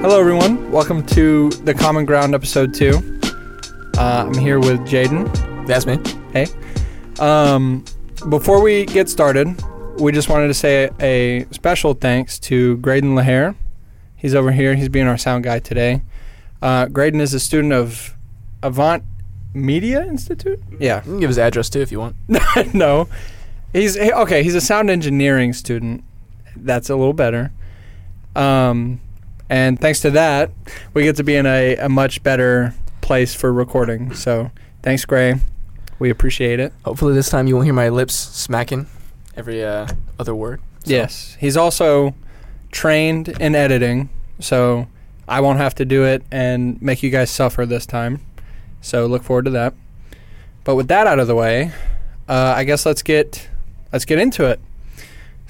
Hello, everyone. Welcome to the Common Ground episode two. Uh, I'm here with Jaden. That's me. Hey. Um, before we get started, we just wanted to say a special thanks to Graydon LaHare. He's over here. He's being our sound guy today. Uh, Graydon is a student of Avant Media Institute. Yeah. You can give his address too if you want. no. He's he- okay. He's a sound engineering student. That's a little better. Um, and thanks to that, we get to be in a, a much better place for recording. So thanks, Gray. We appreciate it. Hopefully this time you won't hear my lips smacking every uh, other word. So- Yes. He's also trained in editing, so I won't have to do it and make you guys suffer this time. So look forward to that. But with that out of the way, uh, I guess let's get let's get into it.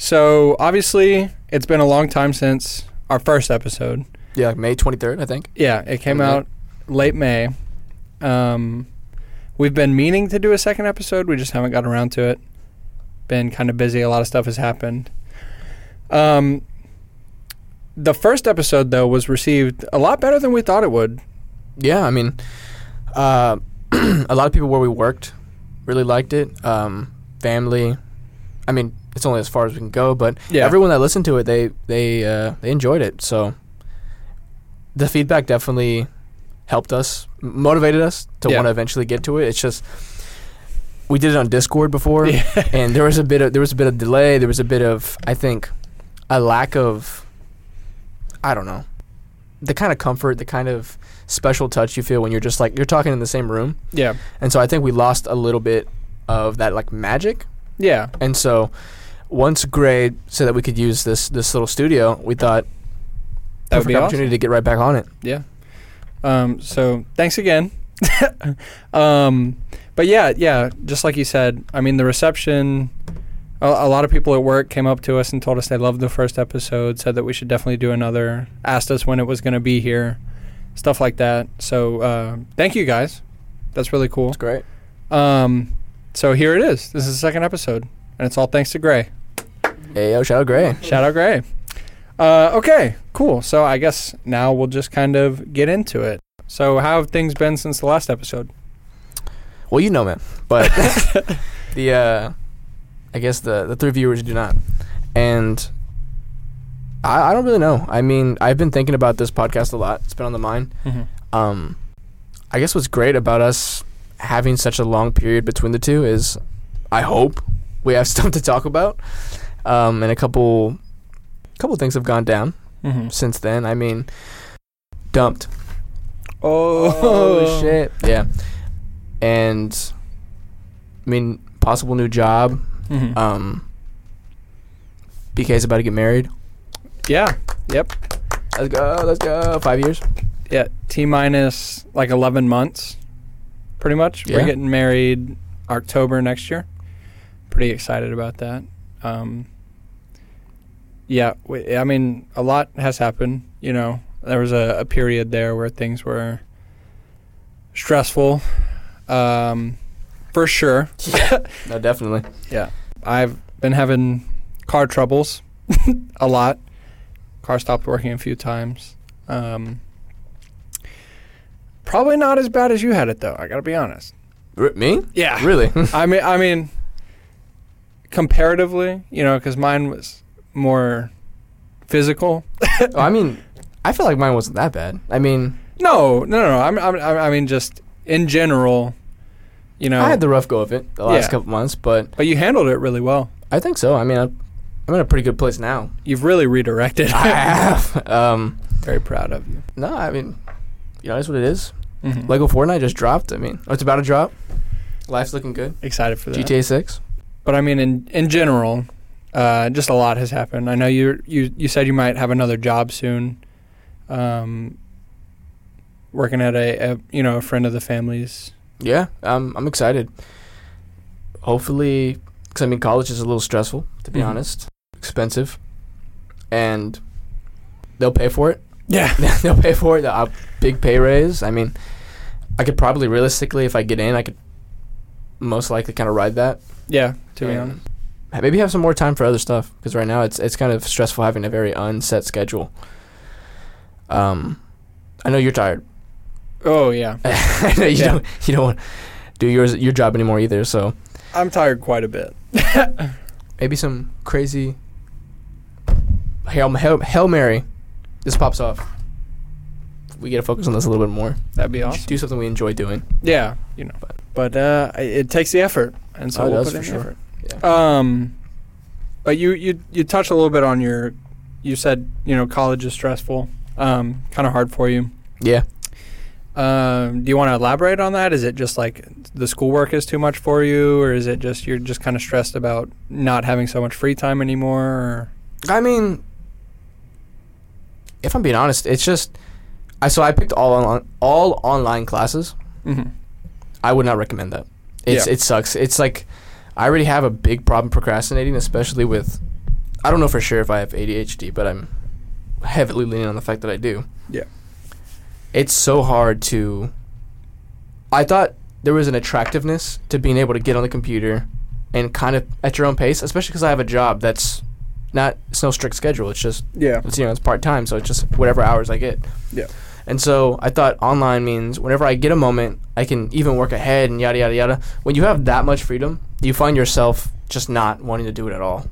So obviously, it's been a long time since our first episode. Yeah, like May 23rd, I think. Yeah, it came Mhm. out late May. Um, we've been meaning to do a second episode. We just haven't got around to it. Been kind of busy. A lot of stuff has happened. Um, the first episode, though, was received a lot better than we thought it would. Yeah, I mean, uh, a lot of people where we worked really liked it. Um, family. I mean, it's only as far as we can go, but Yeah. everyone that listened to it, they they uh, they enjoyed it. So the feedback definitely helped us, m- motivated us to Yeah. want to eventually get to it. It's just we did it on Discord before, Yeah. and there was a bit of there was a bit of delay. There was a bit of I think a lack of I don't know the kind of comfort, the kind of special touch you feel when you're just like you're talking in the same room. Yeah. And so I think we lost a little bit of that like magic. Yeah. And so once Gray said that we could use this this little studio, we thought That would perfect be opportunity awesome. to get right back on it. Yeah. Um, so thanks again. um, but yeah, yeah, just like you said, I mean, the reception, a, a lot of people at work came up to us and told us they loved the first episode, said that we should definitely do another, asked us when it was going to be here, stuff like that. So uh, thank you guys. That's really cool. It's great. Um, so here it is. This is the second episode, and it's all thanks to Gray. Hey, yo, shout out Gray. Shout out Gray. Uh, okay, cool. So I guess now we'll just kind of get into it. So how have things been since the last episode? Well, you know, man, but the uh, I guess the the three viewers do not, and I, I don't really know. I mean, I've been thinking about this podcast a lot. It's been on the mind. Um, I guess what's great about us having such a long period between the two is, I hope we have stuff to talk about, um, and a couple, couple things have gone down Mm-hmm. since then. I mean, dumped. Oh, Oh shit! Yeah, and I mean, possible new job. Mhm. Um, BK's about to get married. yeah, yep, Let's go! Let's go! Five years. yeah. T minus like eleven months, pretty much. We're Yeah. getting married October next year. Pretty excited about that. Um, yeah, we, I mean, a lot has happened. You know, there was a, a period there where things were stressful, um, for sure. No, definitely. I've been having car troubles a lot. Car stopped working a few times. Um, probably not as bad as you had it though. I gotta be honest. R- me? Yeah. Really? Oh, I mean, I mean, comparatively, you know, because mine was more physical. Oh, I mean, I feel like mine wasn't that bad. I mean, No, no, no. no. I'm, I'm, I'm- I mean, just in general, you know. I had the rough go of it the last Yeah. couple months, but but you handled it really well. I think so. I mean, I'm, I'm in a pretty good place now. You've really redirected. I have. Um, Very proud of you. no, I mean, you know, that's what it is. Mhm. Lego Fortnite just dropped. I mean, oh, it's about to drop. Life's looking good. Excited for that. GTA Six. But I mean, in in general, uh, just a lot has happened. I know you you you said you might have another job soon, um, working at a, a you know a friend of the family's. Yeah, um, I'm excited. Hopefully, because I mean, college is a little Mm-hmm. stressful, to be Mhm. honest, expensive, and they'll pay for it. Yeah. They'll pay for it. A big pay raise. I mean, I could probably realistically, if I get in, I could most likely kind of ride that. Yeah. To be honest. and maybe have some more time for other stuff because right now it's it's kind of stressful having a very unset schedule. Um, I know you're tired. Oh yeah. I know you Yeah. don't you don't want to do yours your job anymore either. So I'm tired quite a bit. maybe some crazy hail hail, hail mary. This pops off. We get to focus on this a little bit more. That'd be awesome. Do something we enjoy doing. Yeah, you know. But, uh, i- it takes the effort, and so Oh, it we'll does put in for the sure. effort. Um, but you you you touched a little bit on your. You said you know college is stressful, um, kind of hard for you. Yeah. Um, do you want to elaborate on that? Is it just like the schoolwork is too much for you, or is it just you're just kind of stressed about not having so much free time anymore? Or? I mean, if I'm being honest, it's just I so I picked all on, all online classes. Mhm. I would not recommend that. It's Yeah. it sucks. It's like I already have a big problem procrastinating, especially with I don't know for sure if I have ADHD, but I'm heavily leaning on the fact that I do. Yeah. It's so hard to I thought there was an attractiveness to being able to get on the computer and kind of at your own pace, especially cuz I have a job that's not it's no strict schedule. It's just Yeah. it's you know it's part time, so it's just whatever hours I get. Yeah. And so I thought online means whenever I get a moment, I can even work ahead and yada yada yada. When you have that much freedom, you find yourself just not wanting to do it at all.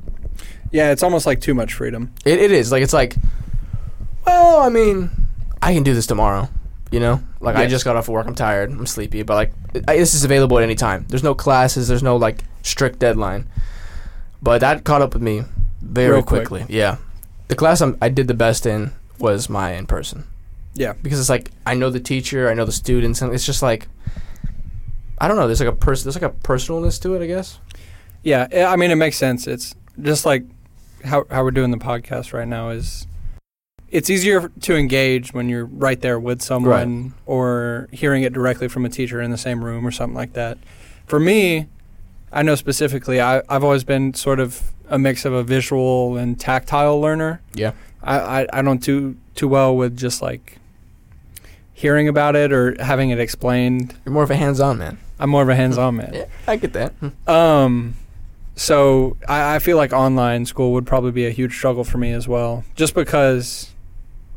Yeah, it's almost like too much freedom. It, it is like it's like, well, I mean, I can do this tomorrow. You know, like I Yeah. just got off of work, I'm tired, I'm sleepy, but like I, this is available at any time. There's no classes, there's no like strict deadline. But that caught up with me very Real quick. quickly. Yeah, the class I'm, I did the best in was my in person Yeah. because it's like I know the teacher, I know the students, and it's just like I don't know. There's like a person, there's like a personalness to it, I guess. Yeah, I- I mean it makes sense. It's just like how how we're doing the podcast right now is it's easier to engage when you're right there with someone or hearing it directly from a teacher in the same room or something like that. For me, I know specifically I, I've always been sort of a mix of a visual and tactile learner. Yeah. I, I, I don't do too well with just like hearing about it or having it explained. You're more of a hands-on man. I'm more of a hands on man. Yeah, I get that. Hmm. Um, so I, I feel like online school would probably be a huge struggle for me as well, just because.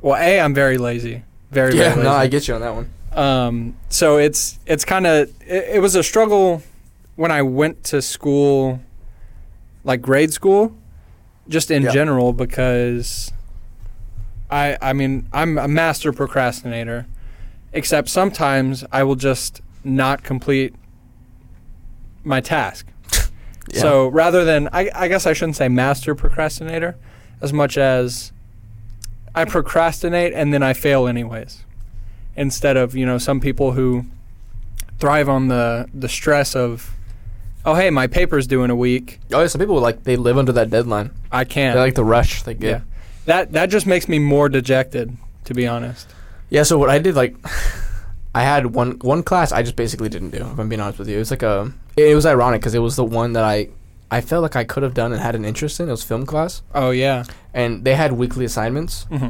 Well, a I'm very lazy, very yeah, very no, I lazy. get you on that one. um, so it's it's kind of it, it was a struggle when I went to school, like grade school, just in Yeah. general because. I I mean I'm a master procrastinator, except sometimes I will just not complete my task. Yeah. So rather than, I, I guess I shouldn't say master procrastinator as much as I procrastinate and then I fail anyways. Instead of, you know, some people who thrive on the, the stress of, oh, hey, my paper's due in a week. Oh, yeah, some people like they live under that deadline. I They can't. like the rush. They yeah. get. That, that just makes me more dejected, to be honest. Yeah. So what I did, like, I had one one class I just basically didn't do. If I'm being honest with you, it's like a. It was ironic because it was the one that I I felt like I could have done and had an interest in. It was film class, Oh, yeah. and they had weekly assignments, hmm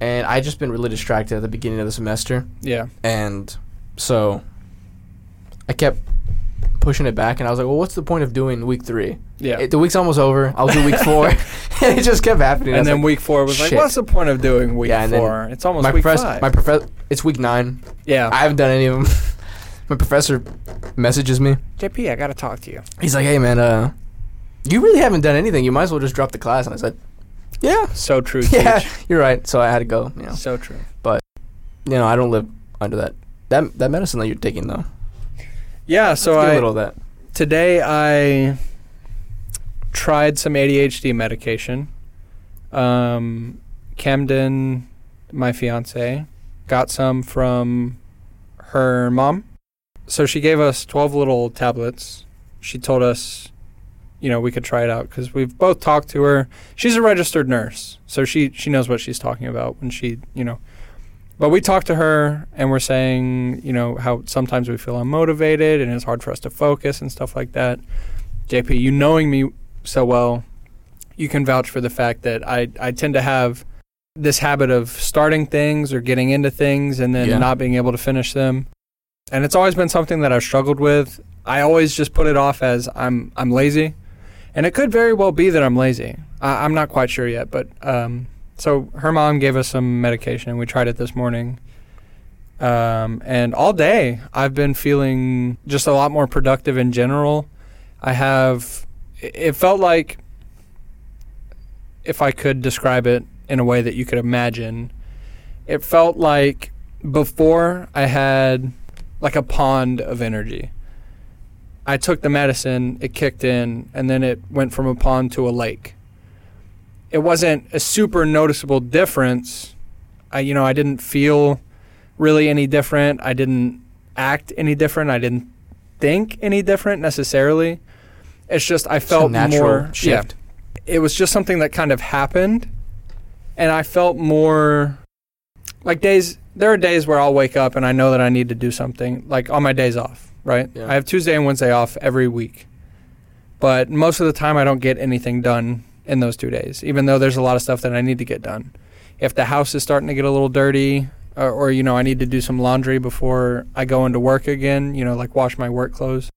and I just been really distracted at the beginning of the semester, Yeah. and so I kept pushing it back, and I was like, well, what's the point of doing week three? Yeah. It- the week's almost over. I'll do week four. it just kept happening. I and was then like, week four was shit. like, what's the point of doing week Yeah, and then four? It's almost my week professor, five. Oh. my professor, it's week nine. yeah. I haven't done any of them. My professor messages me. JP, I got to talk to you. He's like, "Hey man, uh, you really haven't done anything. You might as well just drop the class." And I said, "Yeah, So true. yeah, Teach. you're right." So I had to go. You know, So true. you know, I don't live under that that that medicine that you're taking though. Yeah, so Let's get a I little of that. today I tried some ADHD medication. Um, Camden, my fiance, got some from her mom. So she gave us 12 little tablets. She told us, you know, we could try it out because we've both talked to her. She's a registered nurse, so she she knows what she's talking about when she, you know. But we talked to her and we're saying, you know, how sometimes we feel unmotivated and it's hard for us to focus and stuff like that. JP, you knowing me so well, you can vouch for the fact that I I tend to have this habit of starting things or getting into things and then Yeah. not being able to finish them. And it's always been something that I've struggled with. I always just put it off as I'm I'm lazy, and it could very well be that I'm lazy. I, I'm not quite sure yet, but um, so her mom gave us some medication and we tried it this morning. Um, and all day I've been feeling just a lot more productive in general. I have, it it felt like if I could describe it in a way that you could imagine, it felt like before I had like a pond of energy. I took the medicine, it kicked in, and then it went from a pond to a lake. It wasn't a super noticeable difference. I, you know, I didn't feel really any different. I didn't act any different. I didn't think any different necessarily. It's just I It's a felt natural more yeah, shift. it was just something that kind of happened and i felt more like days there are days where i'll wake up and i know that i need to do something like on my days off right Yeah. i have tuesday and wednesday off every week but most of the time i don't get anything done in those two days even though there's a lot of stuff that i need to get done if the house is starting to get a little dirty or, or you know i need to do some laundry before i go into work again you know like wash my work clothes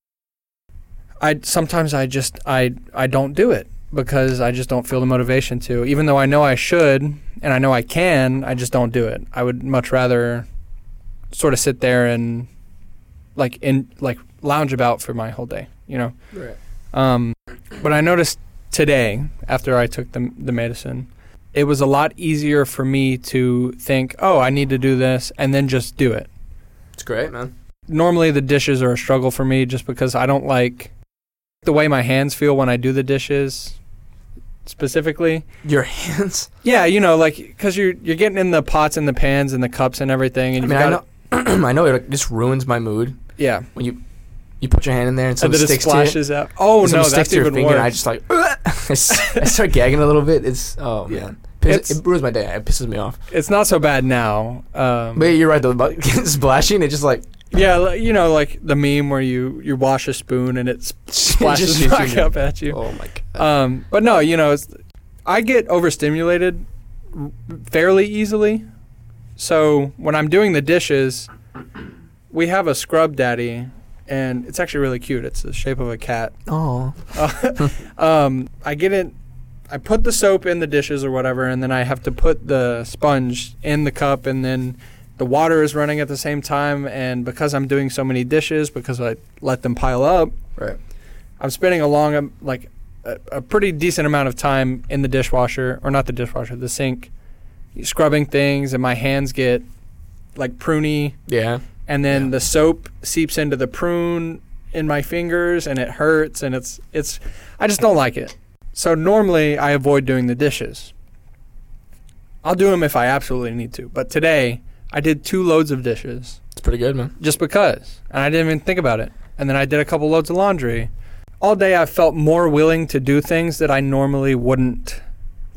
I sometimes I just I I don't do it because I just don't feel the motivation to. Even though I know I should and I know I can, I just don't do it. I would much rather sort of sit there and like in like lounge about for my whole day, you know. Right. Um, but I noticed today after I took the the medicine, it was a lot easier for me to think, "Oh, I need to do this," and then just do it It's great, man. normally the dishes are a struggle for me just because I don't like the way my hands feel when I do the dishes specifically. Your hands. Yeah, you know, like cuz you're you're getting in the pots and the pans and the cups and everything I and mean, you I got know, I know it just ruins my mood yeah, when you you put your hand in there and and something then it sticks to it. splashes out. Oh and something no, sticks that's to your even finger, worse. and I just like I s- I start gagging a little bit. It's oh Yeah. man, Piss- It's- it ruins my day. It pisses me off. it's not so bad now. Um, But you're right though. About splashing, it just like yeah, li- you know, like the meme where you you wash a spoon and it s- just splashes shoots back you. up at you. Oh my god. Um, but no, you know, it's, I get overstimulated r- fairly easily. So when I'm doing the dishes, we have a scrub daddy, and it's actually really cute. It's the shape of a cat. oh, Um, I get it. I put the soap in the dishes or whatever, and then I have to put the sponge in the cup, and then the water is running at the same time. And because I'm doing so many dishes, because I let them pile up, right. I'm spending a long, um, like, a, a pretty decent amount of time in the dishwasher, or not the dishwasher, the sink, scrubbing things, and my hands get like pruny, Yeah. and then Yeah. the soap seeps into the prune in my fingers, and it hurts, and it's it's. I just don't like it. So normally I avoid doing the dishes. I'll do them if I absolutely need to, but today I did two loads of dishes It's pretty good, man. just because. And I didn't even think about it. And then I did a couple loads of laundry. All day I felt more willing to do things that I normally wouldn't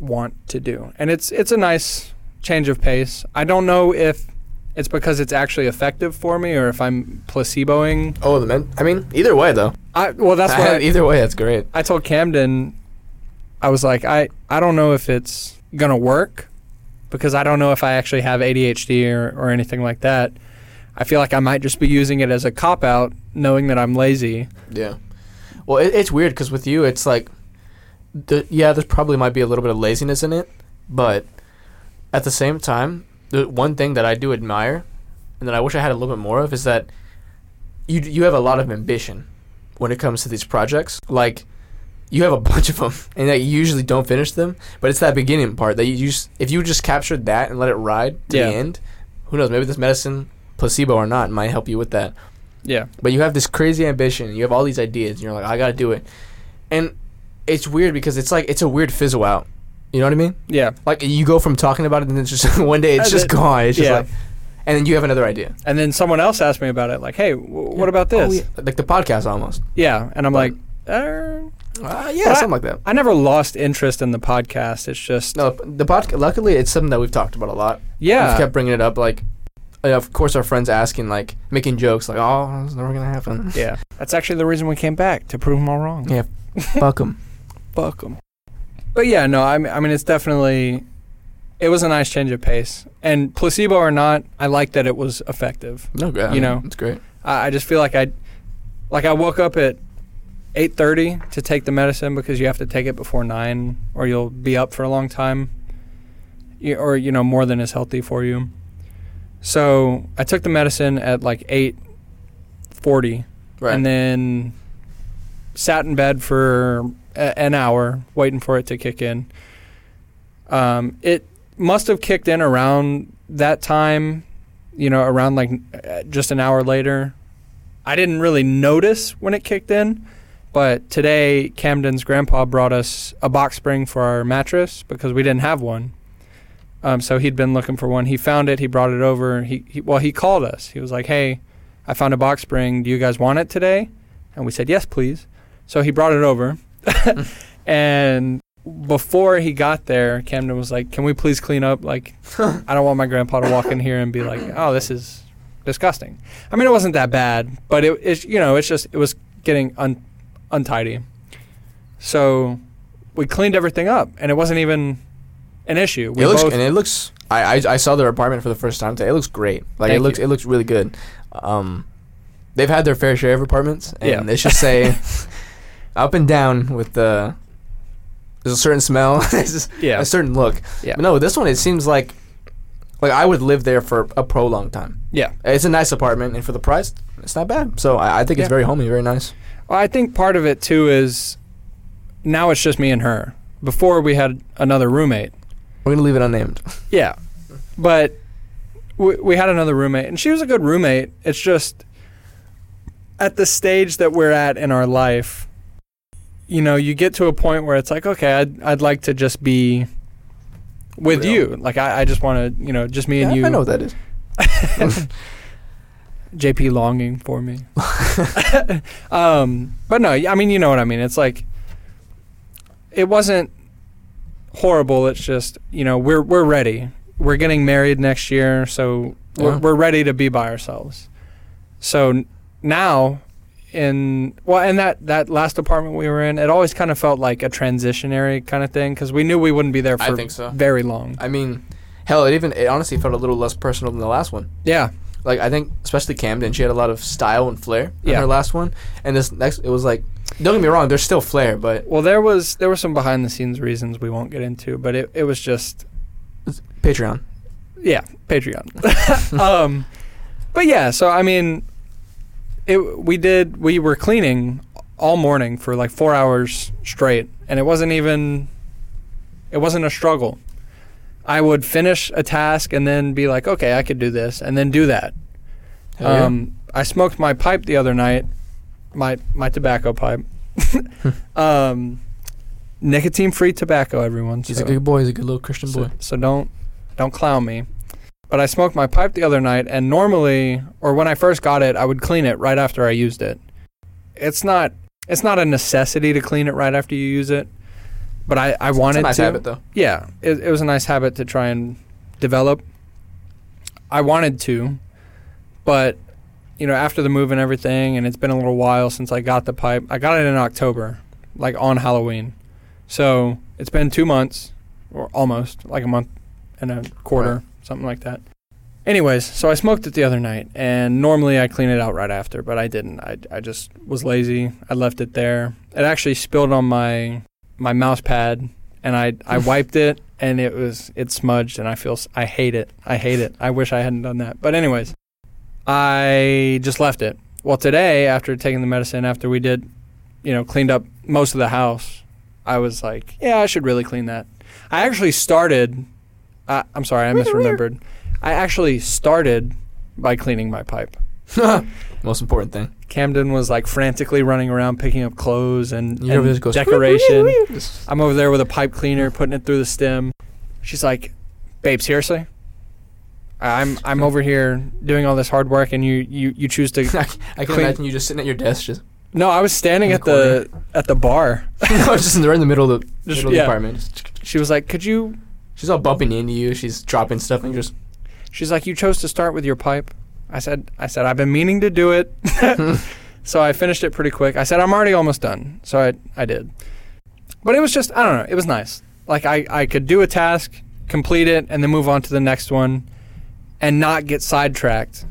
want to do. And it's it's a nice change of pace. I don't know if it's because it's actually effective for me or if I'm placeboing. Oh, the men. I mean, either way though. I well that's what I, either way, that's great. I told Camden I was like I I don't know if it's going to work because I don't know if I actually have ADHD or, or anything like that. I feel like I might just be using it as a cop out knowing that I'm lazy. Yeah. Well, it, it's weird because with you, it's like, the, yeah, there probably might be a little bit of laziness in it, but at the same time, the one thing that I do admire, and that I wish I had a little bit more of, is that you you have a lot of ambition when it comes to these projects. Like, you have a bunch of them, and that you usually don't finish them. But it's that beginning part that you just if you just captured that and let it ride to Yeah. the end. Who knows? Maybe this medicine, placebo or not, might help you with that Yeah. but you have this crazy ambition you have all these ideas and you're like i gotta do it and it's weird because it's like it's a weird fizzle out you know what i mean Yeah. like you go from talking about it and then it's just one day it's That's just it. gone it's just Yeah. like and then you have another idea And then someone else asked me about it, like, hey, w- what about this? Oh, yeah. yeah. like the podcast almost And I'm Right. like, er, uh, yeah But I- something like that I never lost interest in the podcast. It's just, no the podcast luckily it's something that we've talked about a lot yeah. we've kept bringing it up like and of course our friends asking like making jokes like oh it's never gonna happen yeah. That's actually the reason we came back to prove them all wrong. Yeah. fuck them Fuck 'em. But yeah, no, I mean, I mean, it's definitely it was a nice change of pace. And placebo or not, I like that it was effective. No, good. You know. it's great. I, I just feel like I, like I woke up at eight thirty to take the medicine because you have to take it before nine, or you'll be up for a long time, you, or you know more than is healthy for you. So I took the medicine at like eight forty, Right. and then sat in bed for a- an hour waiting for it to kick in. Um, it must have kicked in around that time, you know, around like uh, just an hour later. I didn't really notice when it kicked in, but today Camden's grandpa brought us a box spring for our mattress because we didn't have one. Um, so he'd been looking for one. He found it. He brought it over. He, he well, he called us. He was like, "Hey, I found a box spring. Do you guys want it today?" And we said, "Yes, please." So he brought it over, and before he got there, Camden was like, "Can we please clean up? Like, I don't want my grandpa to walk in here and be like, oh, this is disgusting.' I mean, it wasn't that bad, but it, it's you know, it's just it was getting un- untidy. So we cleaned everything up, and it wasn't even an issue. We it looks both- and it looks. I, I I saw their apartment for the first time today. It looks great. Like Thank it looks you. it looks really good. Um, they've had their fair share of apartments, and Yeah. they should say up and down with the. There's a certain smell. there's just yeah, a certain look. Yeah. But no, this one it seems like, like I would live there for a prolonged time. yeah. It's a nice apartment, and for the price, it's not bad. So I, I think Yeah. it's very homey, very nice. Well, I think part of it too is now it's just me and her. Before we had another roommate. We're gonna leave it unnamed. Yeah, but we, we had another roommate, and she was a good roommate. It's just at the stage that we're at in our life, you know, you get to a point where it's like, okay, I'd I'd like to just be with Real. you. Like I, I just want to, you know, just me Yeah, and you. I know what that is. JP longing for me. um, but no, I mean, you know what I mean. It's like it wasn't horrible. It's just you know we're we're ready. We're getting married next year, so we're, Yeah. we're ready to be by ourselves. So n- now, in well, and that that last apartment we were in, it always kind of felt like a transitionary kind of thing because we knew we wouldn't be there I for think so. very long. I mean, hell, it even it honestly felt a little less personal than the last one. Yeah, like I think especially Camden, she had a lot of style and flair in Yeah. her last one. And this next, it was like, don't get me wrong, there's still flair, but well, there was there were some behind the scenes reasons we won't get into, but it it was just Patreon. yeah, Patreon. um, but yeah, so I mean, it we did we were cleaning all morning for like four hours straight, and it wasn't even it wasn't a struggle. I would finish a task and then be like, okay, I could do this, and then do that. Hell yeah. Um, I smoked my pipe the other night, my my tobacco pipe, um, nicotine free tobacco. Everyone, he's so- a good boy. He's a good little Christian so, boy. so don't don't clown me. But I smoked my pipe the other night, and normally, or when I first got it, I would clean it right after I used it. It's not it's not a necessity to clean it right after you use it, but I I It's a wanted nice to. habit though. Yeah, it, it was a nice habit to try and develop. I wanted to, but you know, after the move and everything, and it's been a little while since I got the pipe. I got it in October, like on Halloween. So it's been two months, or almost like a month and a quarter, Right. something like that. Anyways, so I smoked it the other night, and normally I clean it out right after, but I didn't. I, I just was lazy. I left it there. It actually spilled on my my mouse pad, and I I wiped it, and it was it smudged, and I feel s- I hate it. I hate it. I wish I hadn't done that. But anyways, I just left it. Well, today after taking the medicine, after we did, you know, cleaned up most of the house, I was like, yeah, I should really clean that. I actually started. I I'm sorry, I misremembered. I actually started by cleaning my pipe. Most important thing. Camden was like frantically running around picking up clothes and, You know, and this goes- decoration. Just- I'm over there with a pipe cleaner, putting it through the stem. She's like, "Babe, seriously, I'm I'm over here doing all this hard work, and you you you choose to." I can Clean- imagine you just sitting at your desk, just, No, I was standing In at the the at the bar. just in the, right in the middle of the, Just- middle of the yeah. apartment. Just- She was like, "Could you?" she's all bumping into you. She's dropping stuff and you're just She's like, "You chose to start with your pipe." I said, "I said I've been meaning to do it." so I finished it pretty quick. I said, "I'm already almost done," so I I did. But it was just I don't know. It was nice. Like I I could do a task complete it, and then move on to the next one, and not get sidetracked.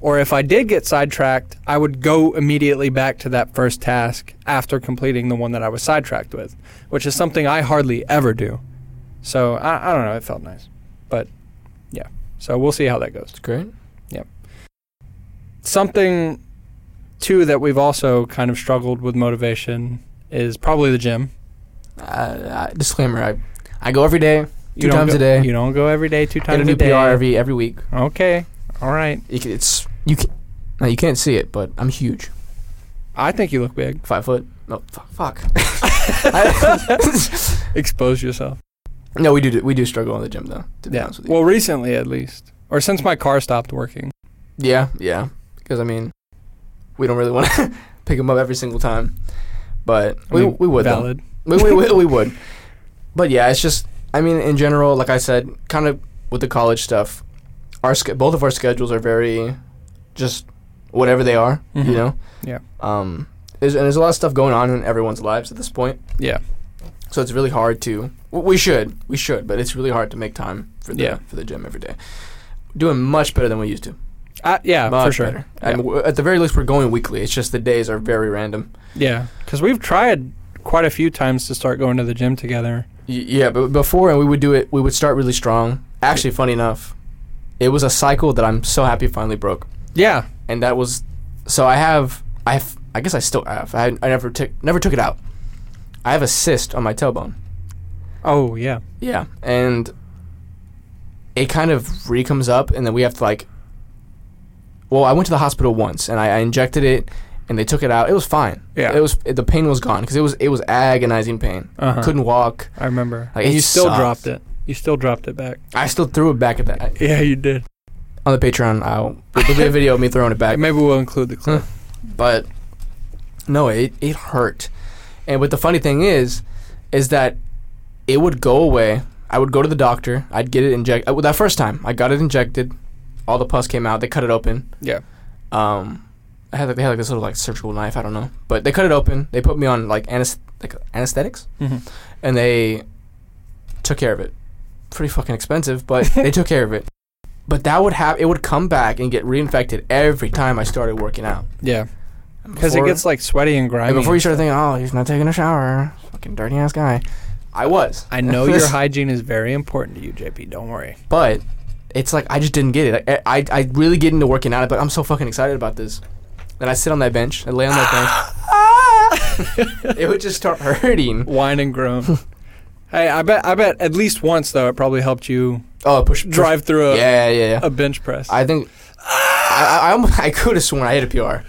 Or if I did get sidetracked, I would go immediately back to that first task after completing the one that I was sidetracked with, which is something I hardly ever do. So I, I don't know. It felt nice, but yeah. So we'll see how that goes. It's great. Something too that we've also kind of struggled with motivation is probably the gym. Uh, uh, disclaimer: I I go every day, You two don't times go- a day. You don't go every day, two Get times a a new day. PR every every week. Okay. All right. You can, it's you can. Now you can't see it, but I'm huge. I think you look big. Five foot. No, fuck. fuck. I- Expose yourself. no, we do we do struggle in the gym though. To be Yeah. honest with you. Well, recently at least, or since my car stopped working. Yeah, yeah. Because I mean, we don't really want to pick them up every single time, but I we mean, we would though. valid. we, we, we, we would. But yeah, it's just I mean in general, like I said, kind of with the college stuff, our sch- both of our schedules are very just whatever they are, Mhm. you know. Yeah. Um, there's, and there's a lot of stuff going on in everyone's lives at this point, Yeah. so it's really hard to. w- We should, we should, but it's really hard to make time for the Yeah. for the gym every day. Doing much better than we used to. Uh, yeah, much for sure. Better. I mean, w- at the very least, we're going weekly. It's just the days are very random. Yeah, because we've tried quite a few times to start going to the gym together. Y- Yeah, but before, and we would do it. We would start really strong. Actually, funny enough, it was a cycle that I'm so happy finally broke. Yeah, And that was, so I have, I have, I guess I still have. I, I never took, never took it out. I have a cyst on my tailbone. Oh yeah. Yeah, and it kind of re comes up, and then we have to like. Well, I went to the hospital once, and I, I injected it, and they took it out. It was fine. Yeah. it was. It, the pain was gone because it was it was agonizing pain. Uh-huh. Couldn't walk. I remember. Like, And it you still sucked. dropped it. You still dropped it back. I still threw it back at that. Yeah, you did. On the Patreon, I'll there'll be a video of me throwing it back. Maybe we'll include the clip. But no, it it hurt. And what the funny thing is, is that it would go away. I would go to the doctor. I'd get it injected. That first time, I got it injected. All the pus came out. They cut it open. yeah. um I had like they had like this little like surgical knife, I don't know. But they cut it open, they put me on like, anes- like anesthetics Mhm. and they took care of it. Pretty fucking expensive, but they took care of it. But that would have it would come back and get reinfected every time I started working out. Yeah. Because it Before- gets like sweaty and grimy. and before you start thinking, oh, he's not taking a shower, fucking dirty ass guy. I was, I know your hygiene is very important to you, JP. Don't worry. but it's like I just didn't get it. I, I I really get into working out, but I'm so fucking excited about this. Then I sit on that bench, I lay on that bench, it would just start hurting. Whine and groan. hey, I bet. I bet at least once though, it probably helped you Oh, push, push. drive Uh, through a, Yeah, yeah, yeah. a bench press. I think I I, I, almost- I could have sworn I hit a PR.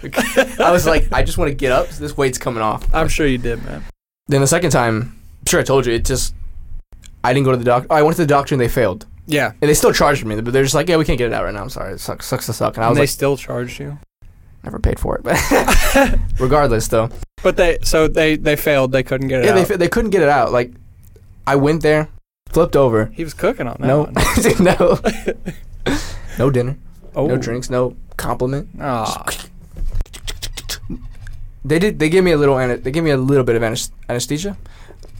I was like, I just want to get up. So this weight's coming off. I'm sure you did, man. Then the second time, I'm sure I told you, it just I didn't go to the doctor. I went to the doctor and they failed, Yeah. and they still charged me. But they're just like, yeah, we can't get it out right now. I'm sorry, it sucks, sucks to suck. And I And was they like, still charged you. never paid for it. But regardless, though, But they. So they. They failed. They couldn't get it yeah, out. they fa- they couldn't get it out. Like, I went there, flipped over. he was cooking on that No, one. no, no dinner, Oh. no drinks, no compliment. Ah. They did. They gave me a little. ana- They gave me a little bit of anes- anesthesia,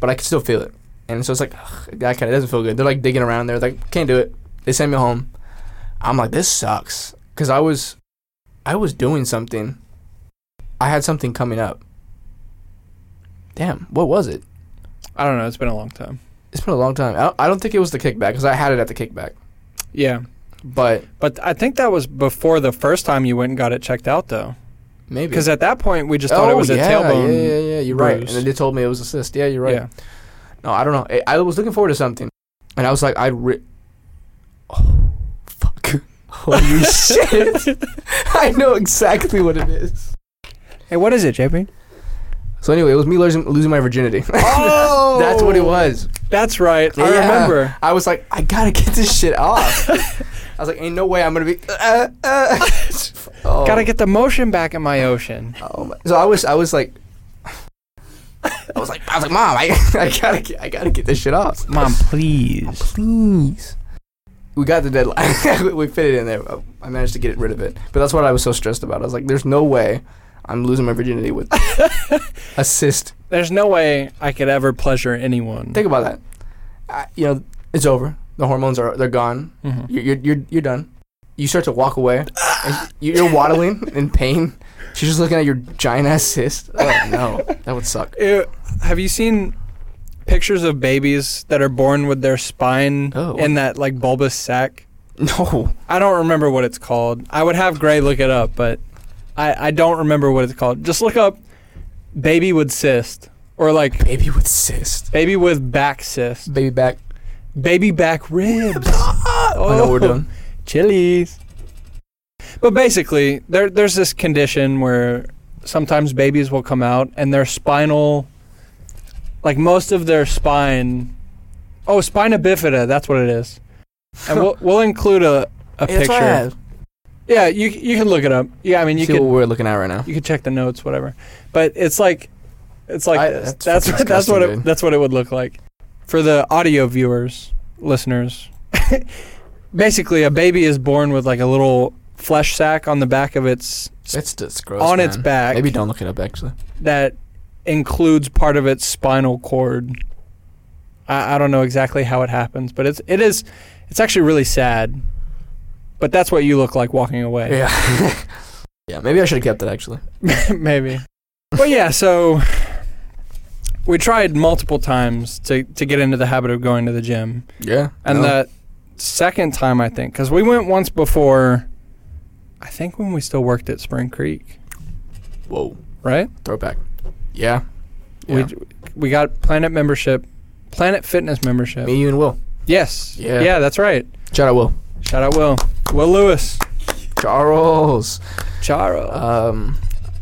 but I could still feel it. And so it's like ugh, that kind of doesn't feel good. They're like digging around. They're like, can't do it. They sent me home. I'm like, this sucks because I was, I was doing something. I had something coming up. Damn, what was it? I don't know. It's been a long time. It's been a long time. I don't, I don't think it was the kickback because I had it at the kickback. Yeah. But But I think that was before the first time you went and got it checked out, though. maybe Because at that point, we just thought it was Oh, yeah, a tailbone. Yeah, yeah, yeah. You're right. And bruise. then they told me it was a cyst. Yeah, you're right. Yeah. No, I don't know. Eh, I, I was looking forward to something, and I was like, I re- oh fuck, holy shit! I know exactly what it is. Hey, what is it, JP? So anyway, it was me losing, losing my virginity. Oh! That's what it was. That's right. I Yeah. remember. I was like, I gotta get this shit off. I was like, ain't no way I'm gonna be. Uh, uh. oh. Gotta get the motion back in my ocean. Oh my. So I was, I was like, I was like, I was like, mom, I, I gotta, get, I gotta get this shit off. Mom, please. please. We got the deadline. We- we fit it in there. I managed to get rid of it. But that's what I was so stressed about. I was like, there's no way I'm losing my virginity with assist. There's no way I could ever pleasure anyone. Think about that. I, you know, it's over. the hormones are they're gone. Mhm. You're you're you're, you're done. You start to walk away. and you- you're waddling in pain. She's just looking at your giant ass cyst. Oh no, that would suck. Ew. Eh, have you seen pictures of babies that are born with their spine Oh. in that like bulbous sack? No, I don't remember what it's called. I would have Gray look it up, but I, I don't remember what it's called. Just look up baby with cyst or like baby with cyst. baby with back cyst, Baby back. baby back ribs. I know what we're doing. Chilies. But basically, there there's this condition where sometimes babies will come out and their spinal, like most of their spine, oh spina bifida, that's what it is. And we'll we'll include a, a Hey, that's what I picture. had. Yeah, you you can look it up. Yeah, I mean you See could what we're looking at right now. you could check the notes, whatever. But it's like it's like I- this. that's that's fucking what, that's what disgusting, it, dude. that's what it would look like for the audio viewers, listeners. basically, a baby is born with like a little flesh sac on the back of its It's just gross. on its man. back Maybe don't look it up actually. that includes part of its spinal cord. I, I don't know exactly how it happens, but it's it is it's actually really sad. But that's what you look like walking away. Yeah. yeah, maybe I should have kept it actually. Maybe. Well, yeah. So we tried multiple times to to get into the habit of going to the gym, Yeah. and that second time I think because we went once before. I think when we still worked at Spring Creek, whoa right? throwback. Yeah. We Yeah. we got Planet membership, Planet Fitness membership. Me, you, and Will. Yes. Yeah. Yeah, that's right. Shout out Will. Shout out Will. Will Lewis. Charles. Charo. Um.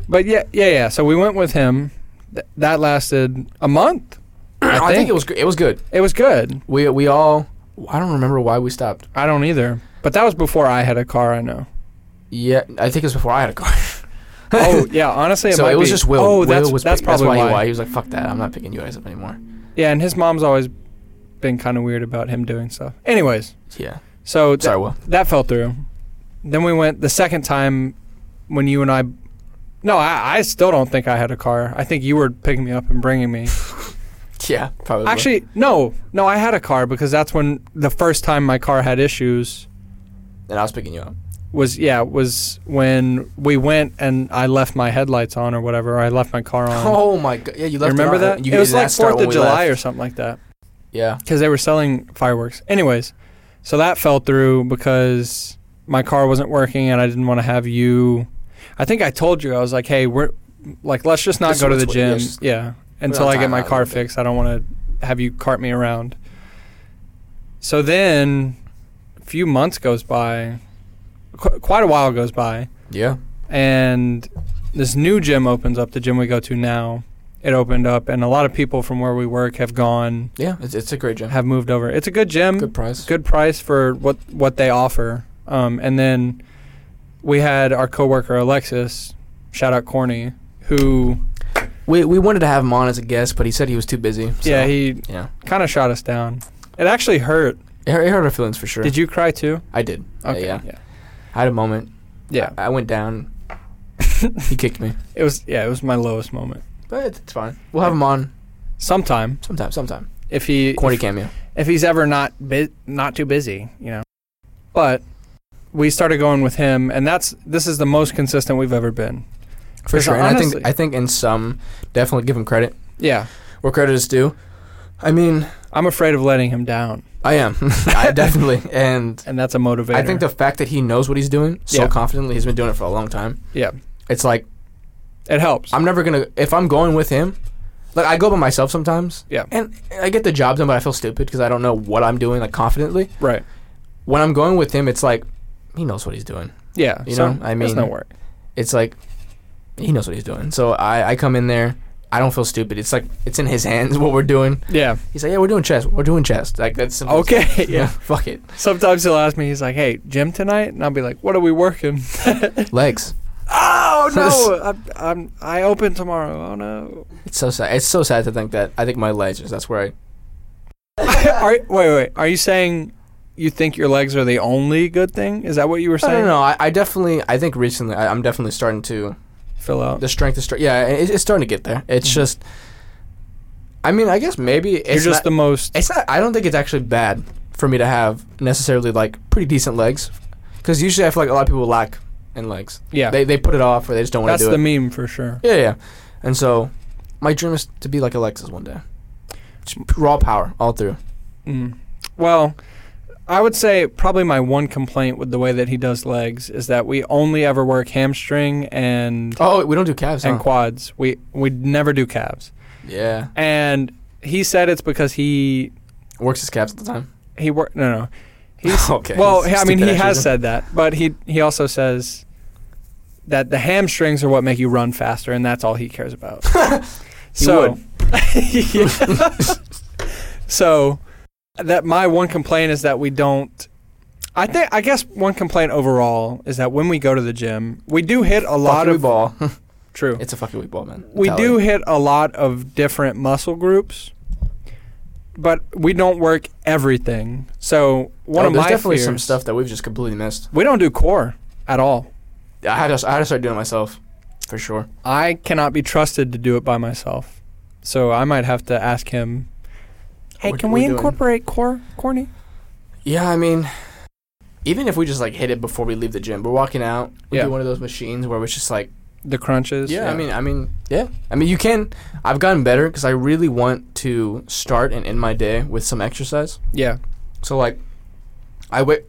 but yeah, yeah, yeah. So we went with him. Th- that lasted a month. I, think. think. it was good. It was good. It was good. We we all. I don't remember why we stopped. I don't either. But that was before I had a car. I know. Yeah, I think it was before I had a car. Oh yeah, honestly, it so might it was be. just Will. Oh, Will that's was, that's probably why, why. He, was like, "Fuck that! I'm not picking you guys up anymore." Yeah, and his mom's always been kind of weird about him doing stuff. Anyways, Yeah. so th- Sorry, Will. that fell through. Then we went the second time when you and I. No, I, I still don't think I had a car. I think you were picking me up and bringing me. Yeah, probably. Actually, no, no, I had a car because that's when the first time my car had issues and I was picking you up. was yeah was when we went and I left my headlights on or whatever. Or I left my car on. Oh my god! Yeah, you you left. remember it, on. that? You it was did not like start Fourth when of we July left. or something like that. Yeah. because they were selling fireworks. Anyways, so that fell through because my car wasn't working and I didn't want to have you. I think I told you I was like, hey, we're like, let's just not Just go to the let's wait, yeah, gym, just- yeah, on until I get my timeout a car little bit. fixed. I don't want to have you cart me around. So then, a few months goes by, qu- quite a while goes by, Yeah. and this new gym opens up. The gym we go to now, it opened up, and a lot of people from where we work have gone Yeah. It's, it's a great gym. have moved over. It's a good gym, Mm-hmm. Good good, price. price for what what they offer. Um, and then we had our coworker Alexis, shout out Corny, who We we wanted to have him on as a guest, but he said he was too busy. so- yeah he yeah. kind of shot us down. It actually hurt. It hurt, it hurt our feelings for sure. Did you cry too? I did. Uh, Okay, Yeah. yeah, I had a moment. yeah. I, I went down. he kicked me. It was yeah, it was my lowest moment. But it's, it's fine. We'll have him on Sometime sometime. Sometime. if he Corny cameo. if he's ever not bu- not too busy, you know. But we started going with him, and that's this is the most consistent we've ever been. For Because sure. And I think honestly- I think in some definitely give him credit Yeah, where credit is due. I mean, I'm afraid of letting him down, I am. I definitely and and that's a motivator. I think the fact that he knows what he's doing so Yeah. confidently, he's been doing it for a long time. Yeah. It's like it helps. I'm never gonna if I'm going with him. Like I go by myself sometimes. Yeah. And I get the job done, but I feel stupid because I don't know what I'm doing like confidently. Right. When I'm going with him, it's like he knows what he's doing. Yeah. You so know, I there's no mean- worry. It's like he knows what he's doing. So I, I come in there. I don't feel stupid. It's like it's in his hands what we're doing. Yeah. He's like, yeah, we're doing chest. We're doing chest. Like that's simple. Okay. Yeah. yeah. Fuck it. Sometimes he'll ask me, he's like, "Hey, gym tonight?" And I'll be like, "What are we working?" Legs. oh no, I, I'm I open tomorrow. Oh no. It's so sad. It's so sad to think that. I think my legs. That's where I. are, wait, wait. Are you saying you think your legs are the only good thing? Is that what you were I saying? don't know. I, I definitely. I think recently. I, I'm definitely starting to. Fill out. The strength is. Str- yeah. It, it's starting to get there. It's Mhm. just. I mean, I guess maybe it's You're just not, the most. It's not. I don't think it's actually bad for me to have necessarily like pretty decent legs, because usually I feel like a lot of people lack in legs. Yeah, They they put it off or they just don't want that's to do the it. meme for sure. Yeah, yeah. And so, my dream is to be like Alexis one day. Just p- raw power all through. Mm. Well, I would say probably my one complaint with the way that he does legs is that we only ever work hamstring and Oh, we don't do calves. and huh? quads. We we never do calves. yeah, And he said it's because he works his calves all the time. he worked no no. He's okay. well, I mean Stupid he ass has reason. said that, but he he also says that the hamstrings are what make you run faster and that's all he cares about. He so Yeah. So that my one complaint is that we don't I think I guess one complaint overall is that when we go to the gym, we do hit a lot Fucking of weak ball. true. it's a fucking weak ball, man. we Tally. do hit a lot of different muscle groups, but we don't work everything. So one Oh, of there's my definitely fears, some stuff that we've just completely missed. we don't do core at all. I had to I had to start doing it myself, for sure. I cannot be trusted to do it by myself, so I might have to ask him. Hey, What- can what we are you doing?" incorporate core, corny? Yeah, I mean, even if we just like hit it before we leave the gym, we're walking out. We Yeah. do one of those machines where it's just like, The crunches. yeah, I mean, I mean, yeah, I mean, you can. I've gotten better because I really want to start and end my day with some exercise. yeah. So like, I wait.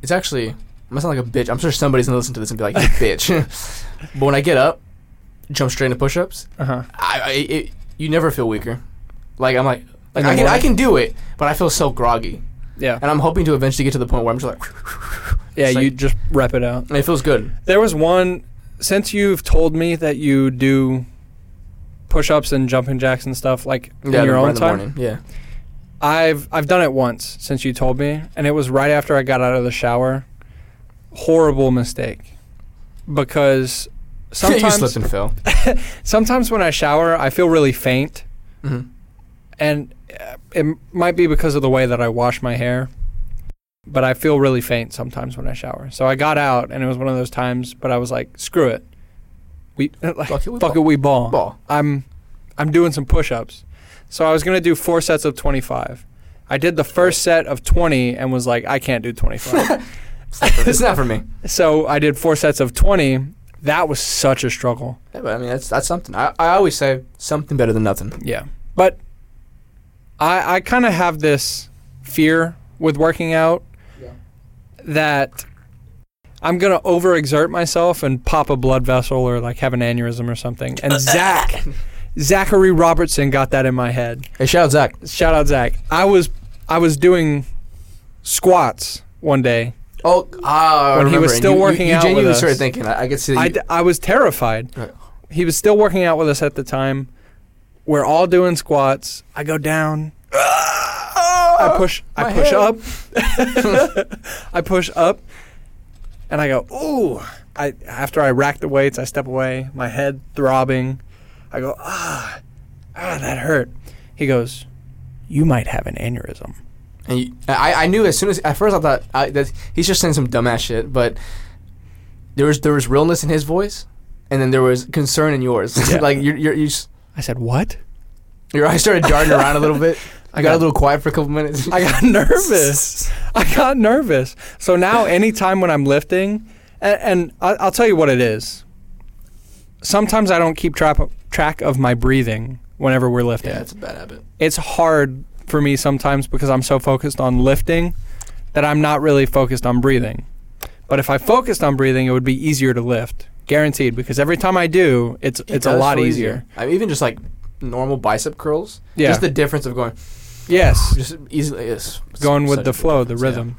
It's actually I sound like a bitch. I'm sure somebody's gonna listen to this and be like, you bitch. but when I get up, jump straight into push-ups. Uh huh. I, I it, you never feel weaker. Like I'm like like the I can I morning? can do it, but I feel so groggy. Yeah. And I'm hoping to eventually get to the point where I'm just like Yeah. It's you like- just rep it out. and it feels good. There was one since you've told me that you do push-ups and jumping jacks and stuff like in your right own in the time. morning. Yeah. I've I've done it once since you told me, and it was right after I got out of the shower. Horrible mistake, because you sometimes slip and fell. sometimes when I shower, I feel really faint, hmm and uh, it might be because of the way that I wash my hair, but I feel really faint sometimes when I shower. So I got out, and it was one of those times. But I was like, screw it, we like, Fuck it, we fuck ball. it, we ball. Ball. I'm I'm doing some push-ups. So I was going to do four sets of 25. I did the first set of 20 and was like I can't do 25. it's not for me. so I did four sets of 20. That was such a struggle. Yeah, but I mean that's that's something. I, I always say something better than nothing. Yeah. But I I kind of have this fear with working out Yeah. that I'm going to overexert myself and pop a blood vessel or like have an aneurysm or something. And Zach Zachary Robertson got that in my head. Hey, shout out Zach. Shout out Zach. I was I was doing squats one day. Oh, ah, I When he was remember. And still you- you- working you, out with genuinely us. started thinking. I, I could see. I, That d- you, I was terrified. Right. He was still working out with us at the time. We're all doing squats. I go down. I push. Ah! my I push head. up. I push up, and I go. Ooh! I after I rack the weights, I step away. My head throbbing. I go. Ah, ah, that hurt. He goes. You might have an aneurysm. and you, I, I knew as soon as at first I thought I, that he's just saying some dumbass shit, but there was there was realness in his voice, and then there was concern in yours. Yeah. like your your you s- I said what? your eyes started darting around a little bit. I got, got- a little quiet for a couple minutes. I got nervous. I got nervous. So now, anytime when I'm lifting, and, and I, I'll tell you what it is. Sometimes I don't keep trap, track of my breathing whenever we're lifting. yeah, it's a bad habit. It's hard for me sometimes because I'm so focused on lifting that I'm not really focused on breathing. But if I focused on breathing, it would be easier to lift, guaranteed. Because every time I do, it's it's a does lot feel easier. I mean, even just like normal bicep curls. Yeah. Just the difference of going Yes. just easily is going with the flow, the rhythm.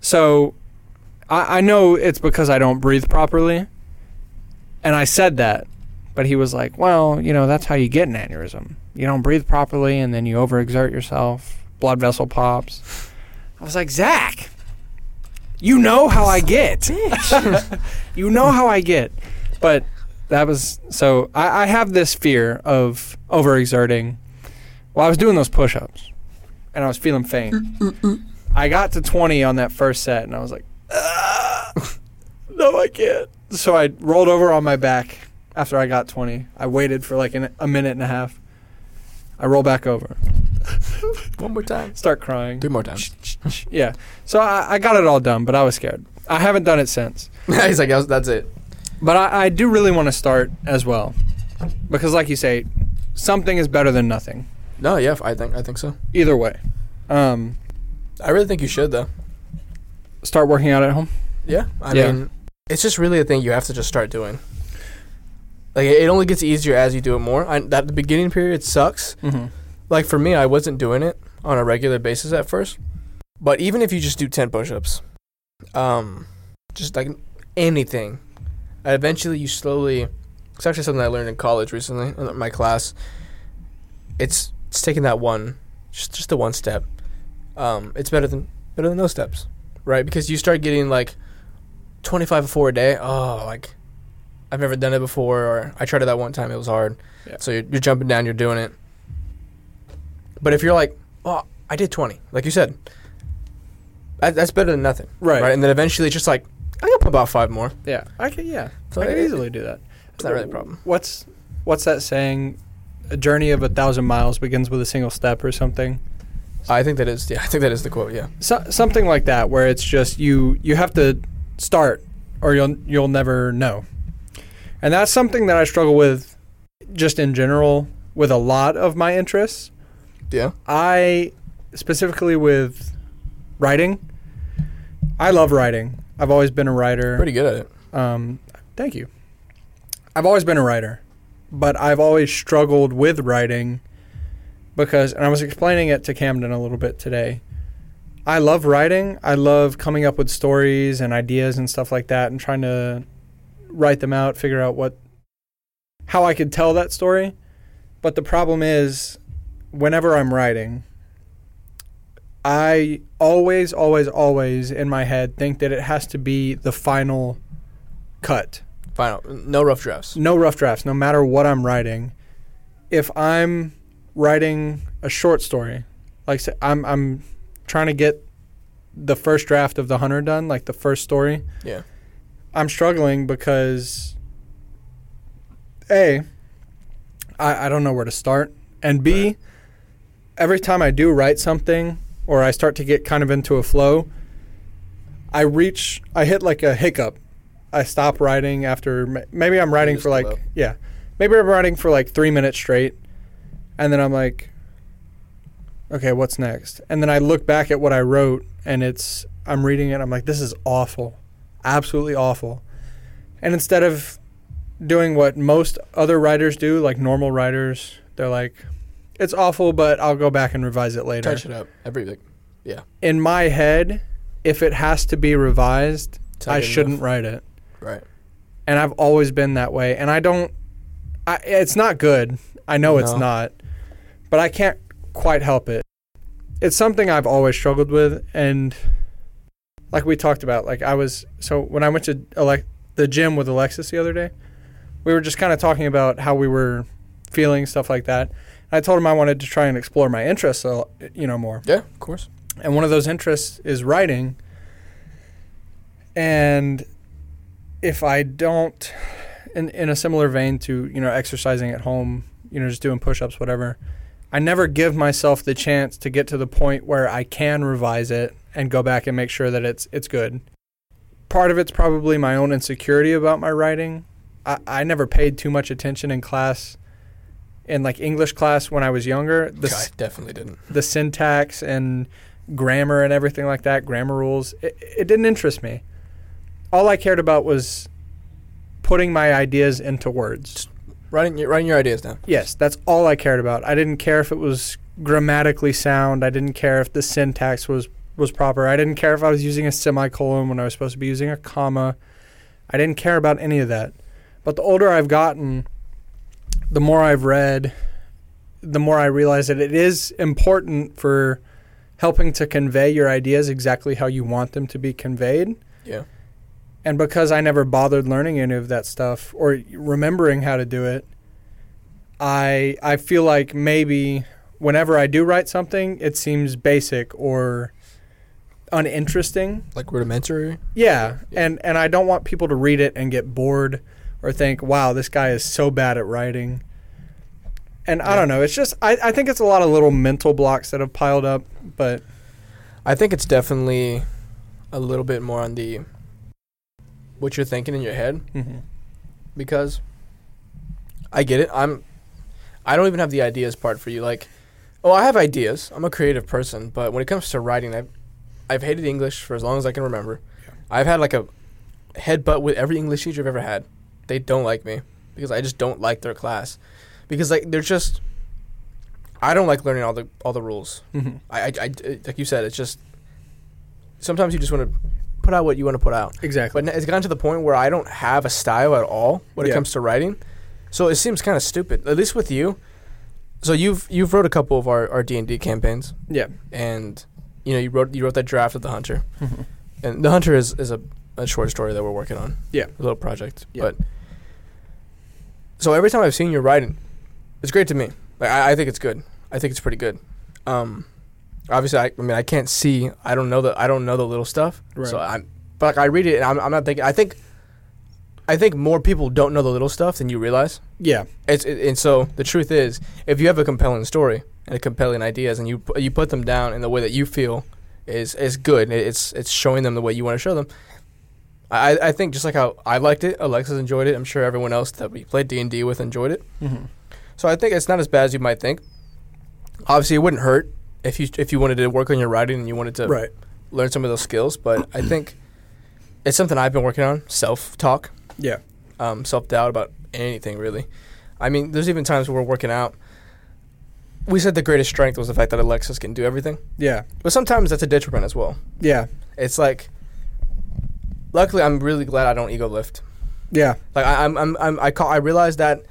So I, I know it's because I don't breathe properly. And I said that. But he was like, well, you know, that's how you get an aneurysm. You don't breathe properly and then you overexert yourself, blood vessel pops. I was like, Zach, you know how I get. you know how I get. But that was so I, I have this fear of overexerting. Well, I was doing those push ups and I was feeling faint. I got to 20 on that first set and I was like, "Ah, no, I can't. So I rolled over on my back after I got 20. I waited for like an, a minute and a half. I roll back over. One more time. Start crying. Three more times. Yeah. So I, I got it all done, but I was scared. I haven't done it since. He's like, "That's- that's it. But I, I do really want to start as well. Because, like you say, something is better than nothing. No, yeah, I think I think so. Either way. Um, I really think you should though. start working out at home. Yeah, I Yeah. mean, it's just really a thing you have to just start doing. Like it it only gets easier as you do it more. I, that the beginning period sucks. Mm-hmm. Like for me, I wasn't doing it on a regular basis at first. But even if you just do ten push-ups, um, just like anything, eventually you slowly. It's actually something I learned in college recently in my class. It's it's taking that one, just just the one step. Um, it's better than better than no steps, right? Because you start getting like twenty five or four a day. Oh, like I've never done it before, or I tried it that one time. It was hard. Yeah. So you're, you're jumping down. You're doing it. But if you're like, oh, I did twenty, like you said, that, that's better than nothing, Right. right? And then eventually, it's just like I'm gonna put about five more. Yeah. I can, yeah. So I could it- easily do that. It's not really a problem. What's, what's that saying? A journey of a thousand miles begins with a single step or something. I think that is yeah. I think that is the quote. Yeah. so, something like that where it's just you you have to start or you'll you'll never know and that's something that i struggle with just in general with a lot of my interests Yeah. i specifically with writing i love writing i've always been a writer Pretty good at it. um, thank you. I've always been a writer, but I've always struggled with writing because, and I was explaining it to Camden a little bit today. I love writing. I love coming up with stories and ideas and stuff like that and trying to write them out, figure out what, how I could tell that story. But the problem is, whenever I'm writing, I always, always, always in my head think that it has to be the final cut. Final. No rough drafts. No rough drafts, no matter what I'm writing. If I'm writing a short story, like say, I'm I'm trying to get the first draft of the hunter done, like the first story. Yeah. I'm struggling because A, I, I don't know where to start. And B, Right. every time I do write something or I start to get kind of into a flow, I reach, I hit like a hiccup. I stop writing after, ma- maybe I'm writing just for like, blow. yeah, maybe I'm writing for like three minutes straight. And then I'm like, okay, what's next? And then I look back at what I wrote and it's, I'm reading it. I'm like, this is awful. Absolutely awful. And instead of doing what most other writers do, like normal writers, they're like, it's awful, but I'll go back and revise it later. Touch it up every like, In my head, if it has to be revised, it's not I good enough. shouldn't write it. Right. and I've always been that way. And I don't, I, it's not good. I know it's No. not, but I can't quite help it. It's something I've always struggled with, and like we talked about, like I was so when I went to elec the gym with Alexis the other day, we were just kind of talking about how we were feeling, stuff like that. I told him I wanted to try and explore my interests, a l- you know, more Yeah. Of course. and one of those interests is writing. And if I don't, in in a similar vein to you know exercising at home, you know just doing push-ups, whatever, I never give myself the chance to get to the point where I can revise it and go back and make sure that it's it's good. Part of it's probably my own insecurity about my writing. I, I never paid too much attention in class, in like English class when I was younger. The I definitely didn't. the syntax and grammar and everything like that, grammar rules, it, it didn't interest me. All I cared about was putting my ideas into words. Writing your writing your ideas down. Yes, that's all I cared about. I didn't care if it was grammatically sound. I didn't care if the syntax was was proper. I didn't care if I was using a semicolon when I was supposed to be using a comma. I didn't care about any of that. But the older I've gotten, the more I've read, the more I realize that it is important for helping to convey your ideas exactly how you want them to be conveyed. Yeah. And because I never bothered learning any of that stuff or remembering how to do it, I I feel like maybe whenever I do write something, it seems basic or uninteresting. Like rudimentary. Yeah, Yeah. and and I don't want people to read it and get bored or think, "Wow, this guy is so bad at writing." And I Yeah. don't know. It's just I, I think it's a lot of little mental blocks that have piled up. But I think it's definitely a little bit more on the what you're thinking in your head mhm. because I get it. I'm I don't even have the ideas part for you. Like, oh, I have ideas. I'm a creative person, but when it comes to writing, I've I've hated English for as long as I can remember. I've had like a headbutt with every English teacher I've ever had. They don't like me because I just don't like their class because like they're just I don't like learning all the all the rules. Mhm. I, I, I- like you said, it's just sometimes you just want to put out what you want to put out. exactly. But n- it's gotten to the point where I don't have a style at all when Yeah. it comes to writing, so it seems kind of stupid. At least with you. So you've you've wrote a couple of our our D and D campaigns, yeah. and you know you wrote you wrote that draft of the Hunter, Mhm. and the Hunter is is a, a short story that we're working on. Yeah. a little project. Yeah. But so every time I've seen you writing, it's great to me. Like I, I think it's good. I think it's pretty good. Um, obviously, I, I mean, I can't see. I don't know the I don't know the little stuff. Right. So I'm, but like, I read it, and I'm, I'm not thinking. I think, I think more people don't know the little stuff than you realize. Yeah. It's it, and so the truth is, if you have a compelling story and a compelling ideas, and you pu- you put them down in the way that you feel is is good. It, it's it's showing them the way you want to show them. I I- I think just like how I liked it, Alexis enjoyed it. I'm sure everyone else that we played D and D with enjoyed it. Mhm. So I think it's not as bad as you might think. Obviously, it wouldn't hurt if you if you wanted to work on your writing and you wanted to Right. learn some of those skills. But I think it's something I've been working on self talk Yeah. um, self doubt about anything really. I mean, there's even times where we're working out. We said the greatest strength was the fact that Alexis can do everything, Yeah. but sometimes that's a detriment as well. Yeah. It's like, luckily, I'm really glad I don't ego lift. Yeah. Like I, I'm, I'm, I'm I call, I realized that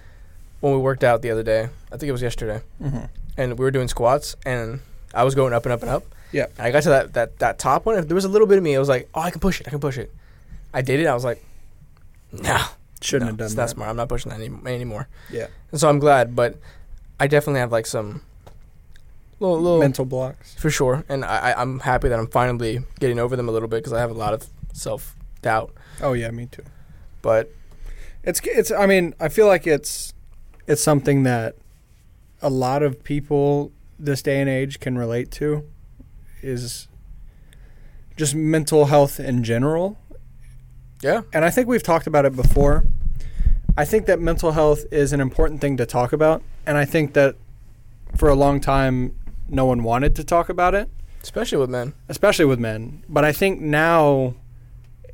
when we worked out the other day. I think it was yesterday, Mhm. and we were doing squats, and I was going up and up and up. Yeah. And I got to that that that top one. and There was a little bit of me. I was like, oh, I can push it. I can push it. I did it. I was like, nah. Shouldn't No, have done it's that. not smart. I'm not pushing that any, anymore. Yeah. And so I'm glad, but I definitely have like some little, little Mental blocks. for sure. And I, I, I'm happy that I'm finally getting over them a little bit because I have a lot of self doubt. Oh yeah, me too. But It's it's. I mean, I feel like it's it's something that a lot of people this day and age can relate to is just mental health in general. yeah, And I think we've talked about it before. I think that mental health is an important thing to talk about, and I think that for a long time no one wanted to talk about it especially with men. especially with men. But I think now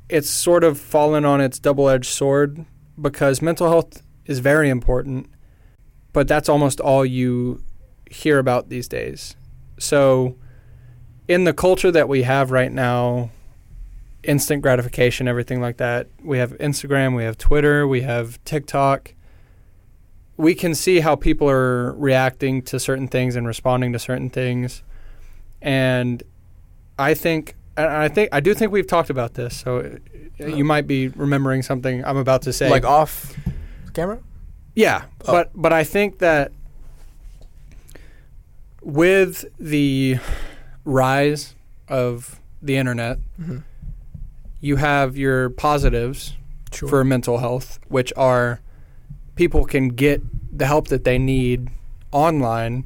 it's sort of fallen on its double edged sword because mental health is very important, but that's almost all you hear about these days. So, in the culture that we have right now, instant gratification, everything like that, we have Instagram, we have Twitter, we have TikTok. We can see how people are reacting to certain things and responding to certain things. And I think, and I think, I do think we've talked about this. So uh, you might be remembering something I'm about to say. Like off camera? yeah, Oh. but but I think that with the rise of the internet, Mm-hmm. you have your positives Sure. for mental health, which are people can get the help that they need online.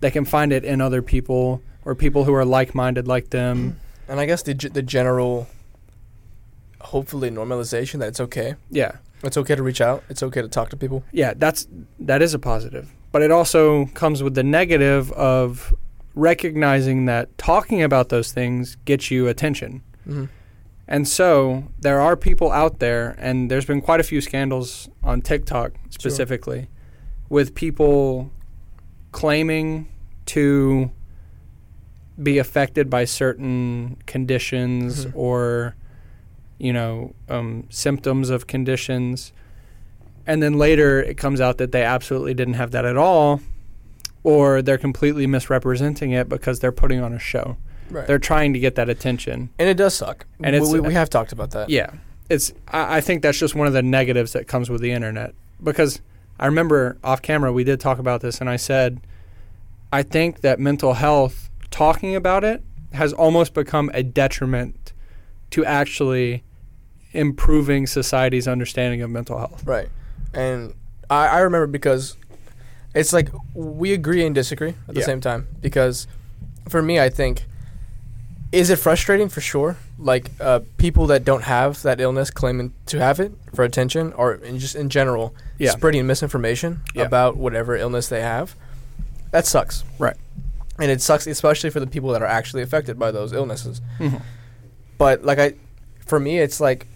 They can find it in other people or people who are like-minded like them. and I guess the, g- the general, hopefully, normalization that it's okay. Yeah. It's okay to reach out. It's okay to talk to people. yeah, that's that is a positive. But it also comes with the negative of recognizing that talking about those things gets you attention. Mm-hmm. And so there are people out there, and there's been quite a few scandals on TikTok specifically with people claiming to be affected by certain conditions Mhm. or, you know, um, symptoms of conditions. And then later it comes out that they absolutely didn't have that at all, or they're completely misrepresenting it because they're putting on a show. Right. They're trying to get that attention. and it does suck. And it's- we, we have talked about that. Yeah, it's. I, I think that's just one of the negatives that comes with the internet because I remember off camera we did talk about this, and I said, I think that mental health talking about it has almost become a detriment to actually improving society's understanding of mental health. Right. And I, I remember because it's like we agree and disagree at the Yeah. same time because for me i think is it frustrating for sure like uh, people that don't have that illness claiming to have it for attention or in just in general Yeah. spreading misinformation Yeah. about whatever illness they have that sucks Right. and it sucks especially for the people that are actually affected by those illnesses Mhm. but like i for me it's like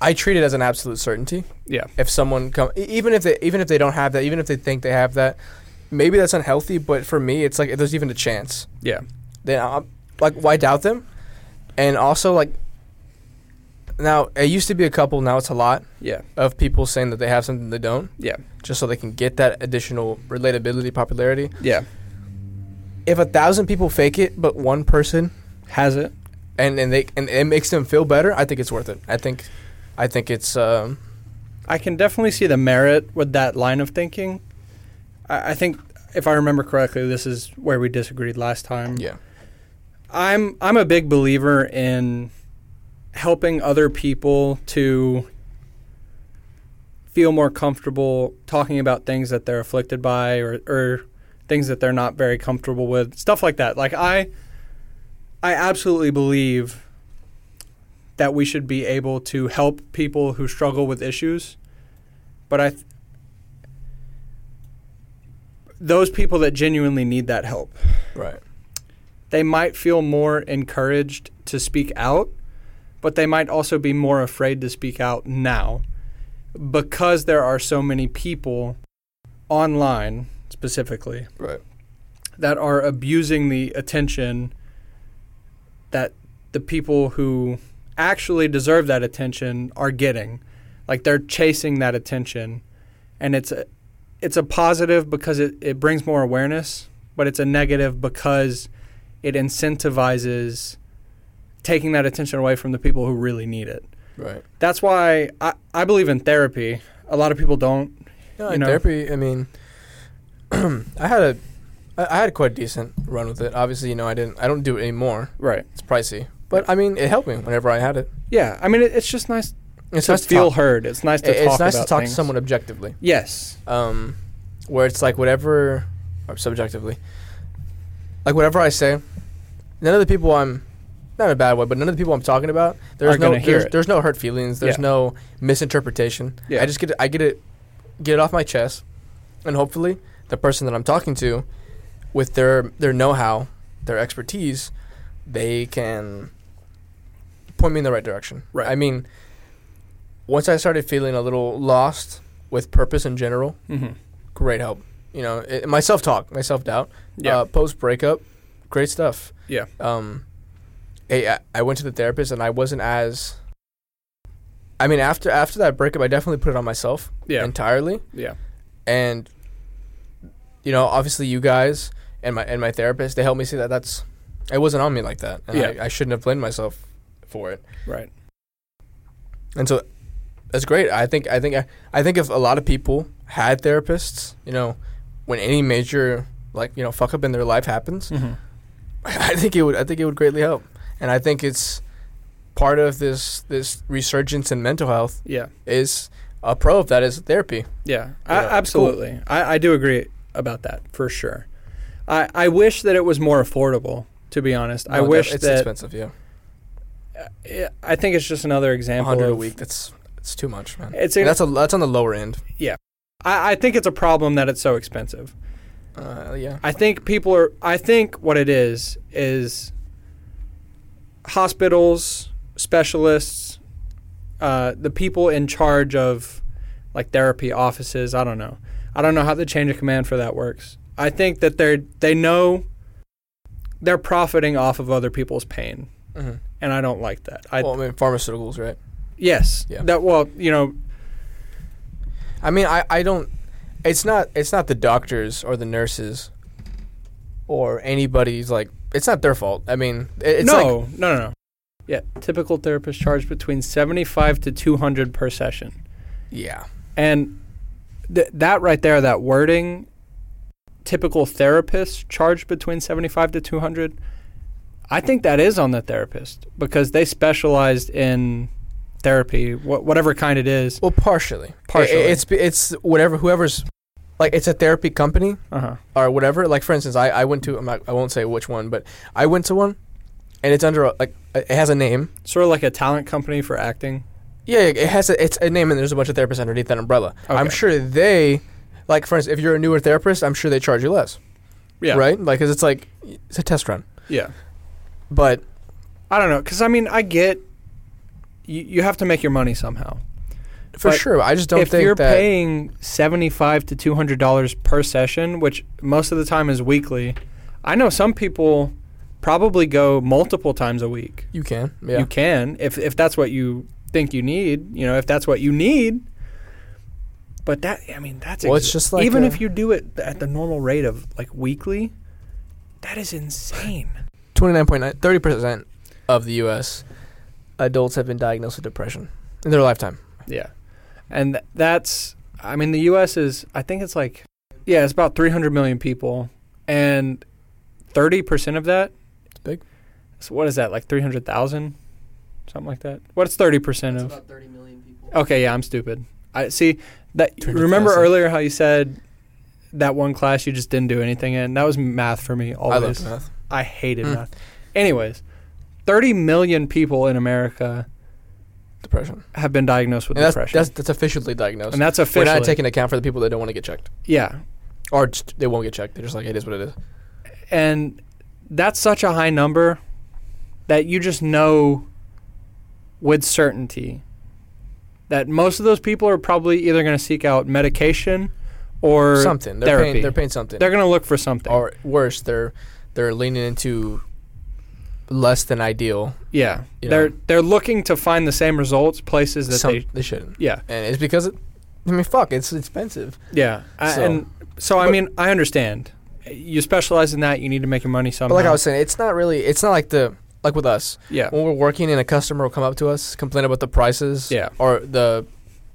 i treat it as an absolute certainty Yeah. if someone come e- even if they even if they don't have that even if they think they have that maybe that's unhealthy but for me it's like if there's even a chance Yeah. then I'm, like why doubt them and also like now it used to be a couple now it's a lot Yeah. of people saying that they have something they don't Yeah. just so they can get that additional relatability popularity Yeah. if a thousand people fake it but one person Has it? and and they and it makes them feel better i think it's worth it i think i think it's um I can definitely see the merit with that line of thinking. I, I think, if I remember correctly, this is where we disagreed last time. yeah I'm I'm a big believer in helping other people to feel more comfortable talking about things that they're afflicted by or, or things that they're not very comfortable with stuff like that like i i absolutely believe that we should be able to help people who struggle with issues but i th- those people that genuinely need that help right they might feel more encouraged to speak out, but they might also be more afraid to speak out now because there are so many people online specifically right that are abusing the attention that the people who actually deserve that attention are getting like they're chasing that attention and it's a, it's a positive because it, it brings more awareness but it's a negative because it incentivizes taking that attention away from the people who really need it right that's why i, I believe in therapy a lot of people don't No, you in know? therapy. I mean, I had a, I I had a quite decent run with it. Obviously, you know, I didn't, I don't do it anymore. right It's pricey, but I mean, it helped me whenever I had it. yeah i mean it, it's just nice It's to nice to feel talk. heard it's nice to it- talk it's nice about to talk things. to someone objectively, yes um, where it's like whatever, or subjectively, like whatever I say, none of the people I'm. Not in a bad way, but none of the people I'm talking about, there's Are no gonna hear there's, it. there's no hurt feelings, there's Yeah. no misinterpretation. Yeah. I just get it, I get it get it off my chest, and hopefully the person that I'm talking to, with their their know-how, their expertise, they can point me in the right direction. Right. I mean, once I started feeling a little lost with purpose in general, Mm-hmm. great help. You know, it, my self-talk, my self-doubt, Yeah. uh, post breakup, great stuff. Yeah. Um, hey, I, I went to the therapist and I wasn't as. I mean, after after that breakup, I definitely put it on myself Yeah. entirely, yeah. and you know, obviously, you guys and my and my therapist they helped me see that that's it wasn't on me like that, and Yeah. I, I shouldn't have blamed myself for it. Right. And so that's great. I think I think I think if a lot of people had therapists, you know, when any major like you know fuck up in their life happens, I think it would I think it would greatly help. And I think it's part of this this resurgence in mental health Yeah. is a pro of that is therapy. Yeah. Yeah, I, it's cool. absolutely. I, I do agree about that for sure. I, I wish that it was more affordable. To be honest, I No, wish it's that. expensive, yeah. Yeah, I think it's just another A example. hundred a of- week, that's it's too much, man. It's And a, that's a that's on the lower end. I, I think it's a problem that it's so expensive. Uh, yeah. I think people are. I think what it is is hospitals, specialists, uh, the people in charge of like therapy offices. I don't know. I don't know how the chain of command for that works. I think that they're they know they're profiting off of other people's pain, Mhm. and I don't like that. I well, I mean pharmaceuticals, right? yes, Yeah. that well, you know, I mean, I, I don't. It's not it's not the doctors or the nurses or anybody's like it's not their fault. I mean, it- it's no, like, no, no, no. Yeah, typical therapists charge between seventy-five to two hundred per session. yeah, And th- that right there, that wording, typical therapist charged between 75 to 200, I think that is on the therapist because they specialized in therapy, wh- whatever kind it is. well, partially, I- I- Partially. it's it's whatever whoever's like it's a therapy company Uh huh. or whatever. Like for instance, I, I went to I'm not, I won't say which one, but I went to one, and it's under a, like it has a name. Sort of like a talent company for acting. Yeah, it has a, it's a name, and there's a bunch of therapists underneath that umbrella. I'm Okay. sure they, like for instance, if you're a newer therapist, I'm sure they charge you less, Yeah. right? Like, 'cause it's like it's a test run. Yeah. But I don't know, because I mean, I get you, you have to make your money somehow. for But sure, I just don't if think you're that. paying seventy-five to two hundred dollars per session, which most of the time is weekly, I know some people probably go multiple times a week. you can, yeah. You can if if that's what you think you need. You know, if that's what you need. But that I mean, that's Well, it's just like even a- if you do it at the normal rate of like weekly, that is insane. 29.9, 30% of the U.S. adults have been diagnosed with depression in their lifetime. Yeah. And th- that's, I mean, the U.S. is, I think it's like, yeah, it's about 300 million people. And 30% of that, It's big. so what is that, like 300,000? Something like that? What's 30% That's of? about 30 million people. Okay, yeah, I'm stupid. I see that. 200,000. Remember earlier how you said that one class you just didn't do anything in? That was math for me always. I love math. I hated Mm. math. Anyways, 30 million people in America Depression. have been diagnosed with And that's, depression. that's, that's officially diagnosed. and that's We're officially. not taking account for the people that don't want to get checked. yeah, Or just, they won't get checked. They're just like, it is what it is. and that's such a high number that you just know with certainty that most of those people are probably either going to seek out medication or something. They're therapy. paying. They're paying something. they're going to look for something. or worse, they're they're leaning into less than ideal. yeah, you they're know. they're looking to find the same results places that Some- they shouldn't. yeah And it's because it, I mean, fuck, it's expensive. yeah I, So- and so I but- mean I understand you specialize in that you need to make your money somehow But like I was saying, it's not really. It's not like the like with us yeah when we're working and a customer will come up to us, complain about the prices. Yeah. Or the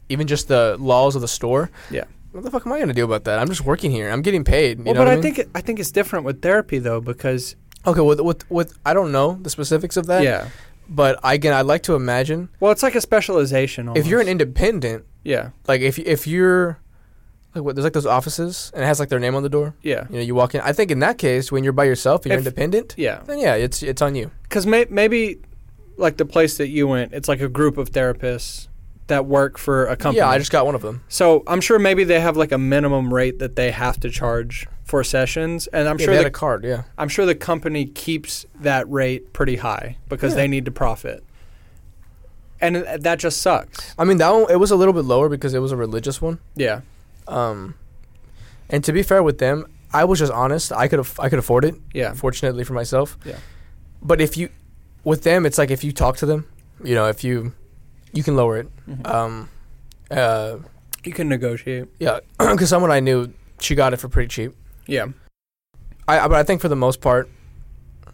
even just the laws of the store. Yeah. What the fuck am I gonna do about that? I'm just working here. I'm getting paid. You well know but what I mean? think it, I think it's different with therapy though because okay. With with with I don't know the specifics of that. yeah But again, I'd like to imagine well it's like a specialization almost. if you're an independent, yeah like if if you're like what there's like those offices and it has like their name on the door. yeah You know, you walk in. I think in that case, when you're by yourself and you're If- independent, Yeah, then yeah, it's it's on you. because may- maybe like the place that you went, it's like a group of therapists that work for a company. Yeah, I just got one of them. so I'm sure maybe they have like a minimum rate that they have to charge for sessions, and I'm Yeah, sure they the, had a card. Yeah. I'm sure the company keeps that rate pretty high because Yeah. they need to profit, and uh, that just sucks. I mean that one. It was a little bit lower because it was a religious one. Yeah, Um, and to be fair with them, I was just honest. I could have I could afford it. yeah, Fortunately for myself. Yeah. But if you, with them, it's like if you talk to them, you know, if you, you can lower it. Mhm. Um, uh, you can negotiate. yeah, because someone I knew, she got it for pretty cheap. Yeah, I I- but I think for the most part,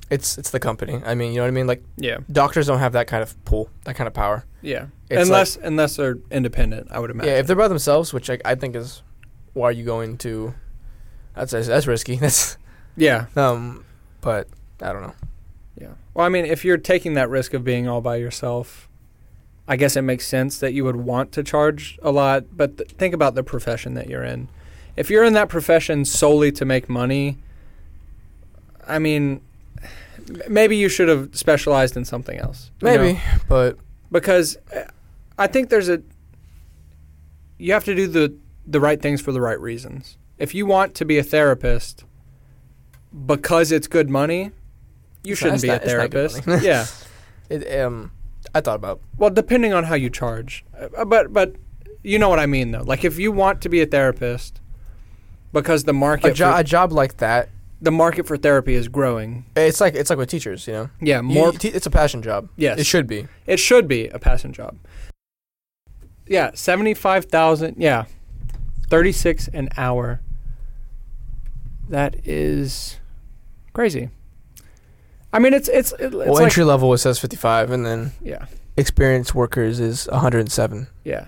it's it's the company. I mean, you know what I mean. Like yeah, doctors don't have that kind of pull, that kind of power. yeah. It's unless unless they're independent, I would like, imagine. yeah, if they're by themselves, which I, I think is, why are you going to? That's that's, that's risky. That's yeah, Um, but I don't know. Yeah. Well, I mean, if you're taking that risk of being all by yourself, I guess it makes sense that you would want to charge a lot. But th- think about the profession that you're in. If you're in that profession solely to make money, I mean, m- maybe you should have specialized in something else. you know? Maybe, but because uh, I think there's a you have to do the the right things for the right reasons. If you want to be a therapist because it's good money, you It's not- shouldn't it's be not- a it's not good therapist. money. yeah. it, um, I thought about. Well, depending on how you charge. Uh, but but you know what I mean though. Like if you want to be a therapist because the market A, jo- for, a job like that. the market for therapy is growing. It's like it's like with teachers, you know. Yeah, You- more you te- it's a passion job. yes. It should be. It should be a passing job. Yeah, seventy-five thousand. Yeah, thirty-six an hour. That is crazy. I mean, it's it's it- it's well, like entry level it says 55, and then yeah experienced workers is 107. yeah,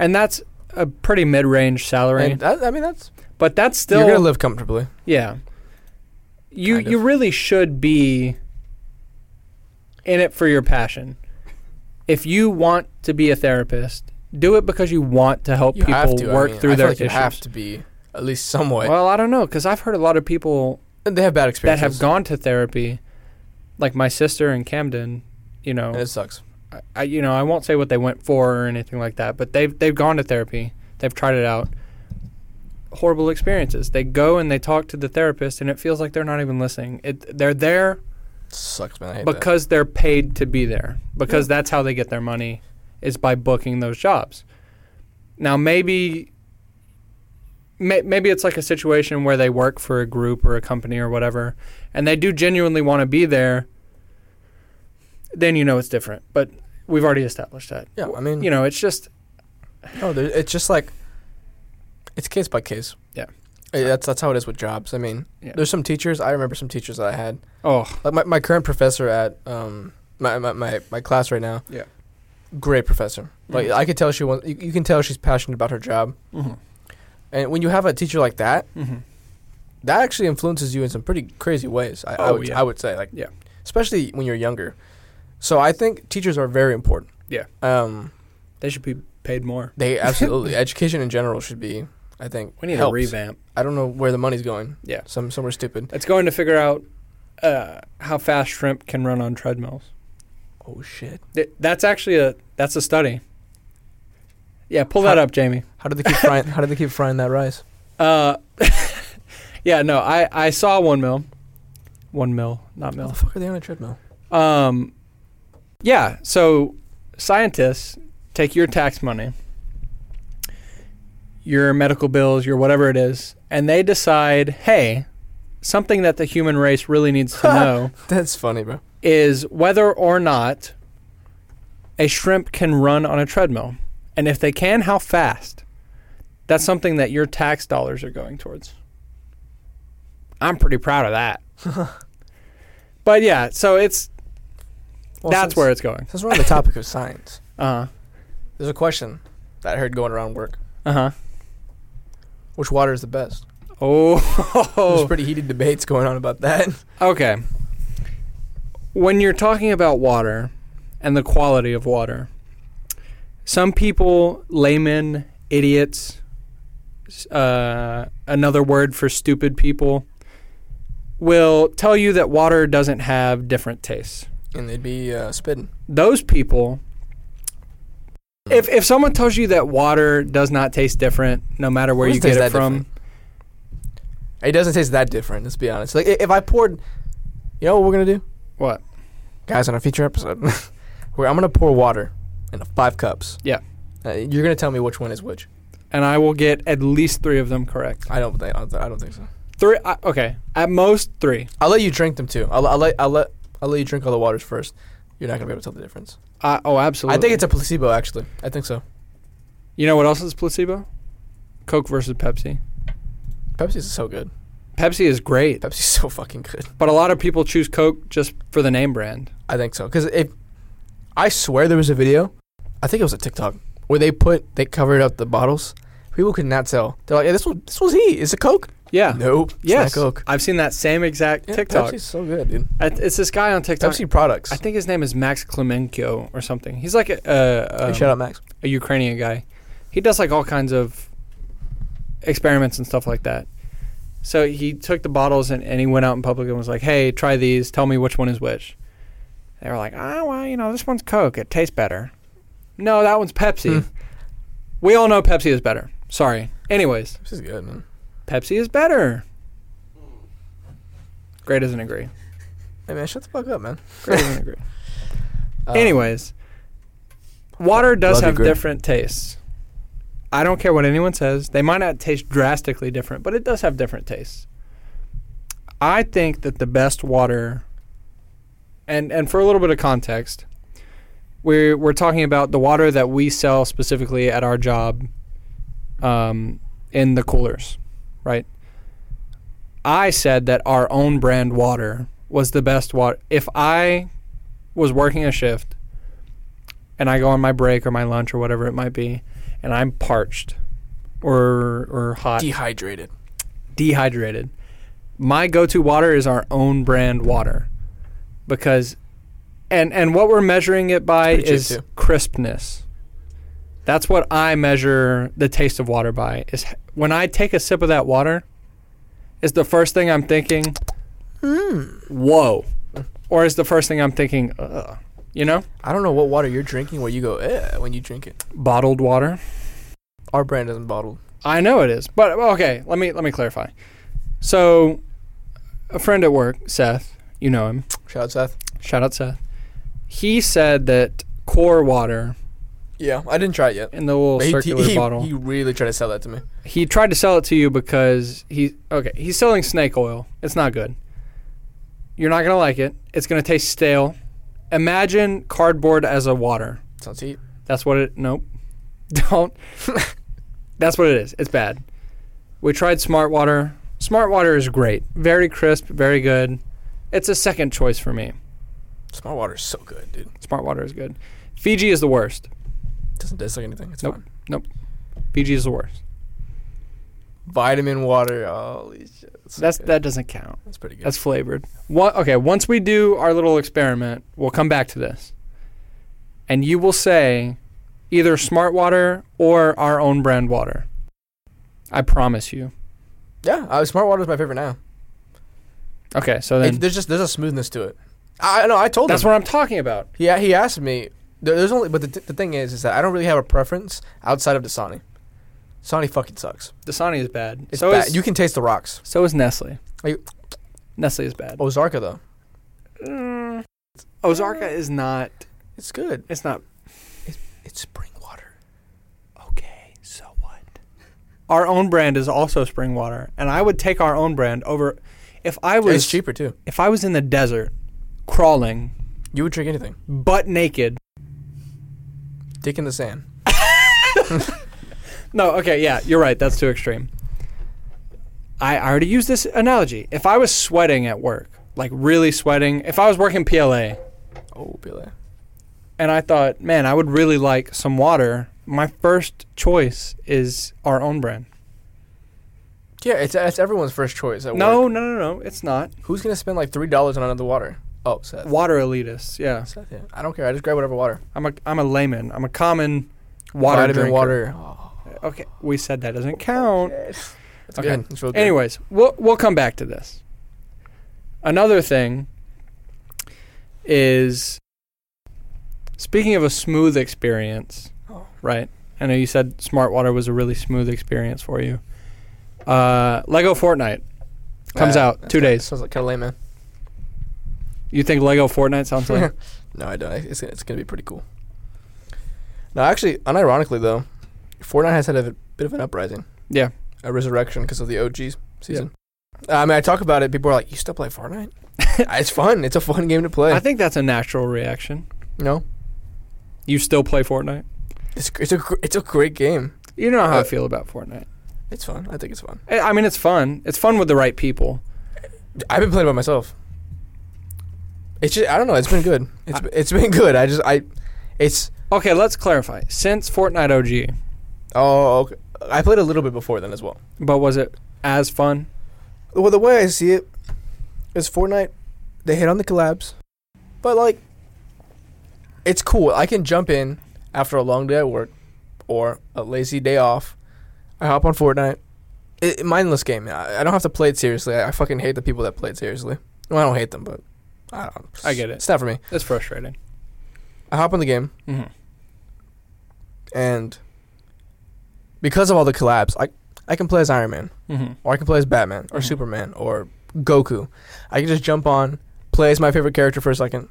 and that's a pretty mid-range salary. And that, I mean, that's but that's you're gonna still live comfortably. yeah. You Kind you of. really should be in it for your passion. If you want to be a therapist, do it because you want to help You people have to I work mean, through I feel their like You issues. have to be at least somewhat. Well, I don't know because I've heard a lot of people they have bad that experiences. have gone to therapy, like my sister in Camden. You know, And it sucks. I- I you know I won't say what they went for or anything like that, but they've they've gone to therapy, they've tried it out. Horrible experiences. They go and they talk to the therapist, and it feels like they're not even listening. It they're there It sucks, man. I hate that. because they're paid to be there because that's how they get their money is by booking those jobs now maybe may, maybe it's like a situation where they work for a group or a company or whatever and they do genuinely want to be there then you know it's different but we've already established that Yeah, I mean, you know it's just No, there, it's just like it's case by case. Yeah. Uh, that's that's how it is with jobs. I mean, Yeah. there's some teachers. I remember some teachers that I had. oh Like my, my current professor at um my, my, my, my class right now. Yeah. Great professor. Like Mhm. I could tell she wants. You, you can tell she's passionate about her job. And when you have a teacher like that, that actually influences you in some pretty crazy ways. I, I Oh, would yeah. I would say like Yeah. especially when you're younger. So I think teachers are very important. Yeah. Um. they should be paid more They absolutely education in general should be. I think we need helped. a revamp I don't know where the money's going. Yeah. Some somewhere stupid. it's going to figure out uh, how fast shrimp can run on treadmills Oh shit. Th- That's actually a that's a study. Yeah, pull that How- up, Jamie. How did they keep frying how did they keep frying that rice? Uh, yeah, no, I I saw one mill, one mill, not How the mill. fuck are they on a treadmill? Um, yeah, so scientists take your tax money, your medical bills, your whatever it is, and they decide, hey, something that the human race really needs to know That's funny, bro. is whether or not a shrimp can run on a treadmill. And if they can, how fast? That's something that your tax dollars are going towards. I'm pretty proud of that. but yeah, so it's that's since, where it's going. since we're on the topic of science. Uh There's a question that I heard going around work. huh. Uh huh. Which water is the best? There's Oh. pretty heated debates going on about that. okay. When you're talking about water and the quality of water, some people, laymen, idiots, s- uh, another word for stupid people, will tell you that water doesn't have different tastes. And they'd be uh, spitting. Those people, if, if someone tells you that water does not taste different, no matter where What you does get taste it that from, different? It doesn't taste that different, let's be honest. Like i- if I poured you know what we're gonna do? what? Guys, on a future episode, where I'm gonna pour water into five cups. Yeah. Uh, you're gonna tell me which one is which. And I will get at least three of them correct. I don't think I don't, I don't think so. Three, I, okay, at most three. I'll let you drink them too. I'll, I'll let I'll let I'll let you drink all the waters first. You're not gonna be able to tell the difference. I, oh, absolutely. I think it's a placebo, actually. I think so. You know what else is placebo? Coke versus Pepsi. Pepsi is so good. Pepsi is great, Pepsi's so fucking good. but a lot of people choose Coke just for the name brand. I think so. Because if I swear there was a video, I think it was a TikTok where they put they covered up the bottles. People could not tell. They're like, "Yeah, this one, this was he. Is it Coke? Yeah. Nope. it's Yes. not Coke. I've seen that same exact Yeah, TikTok. Pepsi's so good, dude. I, it's this guy on TikTok. Pepsi products. I think his name is Max Klemenko or something. He's like a, a, Hey, um, shout out Max. a Ukrainian guy. He does like all kinds of experiments and stuff like that. So he took the bottles and, and he went out in public and was like, "Hey, try these. Tell me which one is which." They were like, "Ah, well, you know, this one's Coke. It tastes better." No, that one's Pepsi. Hmm. We all know Pepsi is better. Sorry. Anyways, Pepsi's good, man. Pepsi is better. Gray doesn't agree. Hey man, shut the fuck up, man. Gray doesn't agree. Uh, Anyways, water does Love you, have Grim. different tastes. I don't care what anyone says. They might not taste drastically different, but it does have different tastes. I think that the best water and and for a little bit of context, we're we're talking about the water that we sell specifically at our job um, in the coolers, right? I said that our own brand water was the best water. If I was working a shift and I go on my break or my lunch or whatever it might be and I'm parched or or hot Uh, dehydrated. dehydrated. My go-to water is our own brand water because and and what we're measuring it by It's pretty cheap, is too. crispness. That's what I measure the taste of water by. Is h- when I take a sip of that water, is the first thing I'm thinking, Mm. whoa, or is the first thing I'm thinking, Ugh. you know, I don't know what water you're drinking where you go eh, when you drink it. bottled water. Our brand isn't bottled. I know it is, but okay. Let me let me clarify. So, a friend at work, Seth, you know him. Shout out Seth. Shout out Seth. He said that core water Yeah, I didn't try it yet. in the little But he- circular he, he- bottle. He really tried to sell that to me. he tried to sell it to you because he okay he's selling snake oil it's not good you're not gonna like it it's gonna taste stale imagine cardboard as a water Sounds cheap. that's what it nope don't that's what it is it's bad we tried smart water smart water is great very crisp very good it's a second choice for me Smart water is so good, dude. smart water is good fiji is the worst Doesn't taste like anything. It's Nope. fine. fiji is the worst Vitamin water. Holy shit. that's good. that doesn't count That's pretty good. That's flavored. What, okay, once we do our little experiment, we'll come back to this. And you will say either smart water or our own brand water. I promise you. yeah, uh, smart water is my favorite now. Okay, so It- then there's just there's a smoothness to it. I I know. I told that's him. what I'm talking about. Yeah, he asked me. there- There's only, but the, th- the thing is, is that I don't really have a preference outside of Dasani. Dasani fucking sucks. Dasani is bad. It's so bad. is you can taste the rocks. so is Nestle. Are you- Oh. Nestle is bad. Ozarka though, Mm. Ozarka is not. it's good. It's not. It's spring water. Okay, so what? Our own brand is also spring water, and I would take our own brand over. If I was it's cheaper too. if I was in the desert, crawling, You would drink anything. butt naked. Dick in the sand. No, okay, yeah, you're right. That's too extreme. I I already used this analogy. If I was sweating at work, like really sweating, if I was working PLA Oh, Billy. and I thought, man, I would really like some water, my first choice is our own brand. Yeah, it's it's everyone's first choice. At No, work. no, no, no, it's not. who's gonna spend like three dollars on another water? Oh, Seth. Water elitists, yeah. Seth, yeah. I don't care. I just grab whatever water. I'm a I'm a layman. I'm a common water Vitamin drinker. water. Oh, Okay, we said that doesn't count. it's Okay. good. It's real good. Anyways, we'll we'll come back to this. Another thing is speaking of a smooth experience, Oh. right? I know you said Smart Water was a really smooth experience for you. Uh, Lego Fortnite comes Yeah, out that's two kinda- days. Sounds like kind of lame, man. You think Lego Fortnite sounds like No, I don't. It's, it's going to be pretty cool. No, actually, unironically, though, Fortnite has had a bit of an uprising. Yeah. A resurrection because of the OGs season. I mean, I talk about it. People are like, you still play Fortnite? Uh, it's fun. It's a fun game to play. I think that's a natural reaction. no. You still play Fortnite? It's, gr- it's, a, gr- it's a great game. You know how I Uh, feel about Fortnite. It's fun. I think it's fun. I I mean, it's fun. It's fun with the right people. I've been playing by myself. It's just, I don't know. It's been good. It's, b it's been good. I just, I, it's, Okay, let's clarify. Since Fortnite OG, oh, okay. I played a little bit before then as well. but was it as fun? Well, the way I see it is Fortnite, they hit on the collabs, but like, it's cool. I can jump in after a long day at work or a lazy day off. I hop on Fortnite. It, mindless game. I, I don't have to play it seriously. I, I fucking hate the people that play it seriously. Well, I don't hate them, but I don't. I get it. It's not for me. It's frustrating. I hop on the game Mm-hmm. and because of all the collabs, I I can play as Iron Man. Mm-hmm. or I can play as Batman or Mhm. Superman or Goku. I can just jump on, play as my favorite character for a second.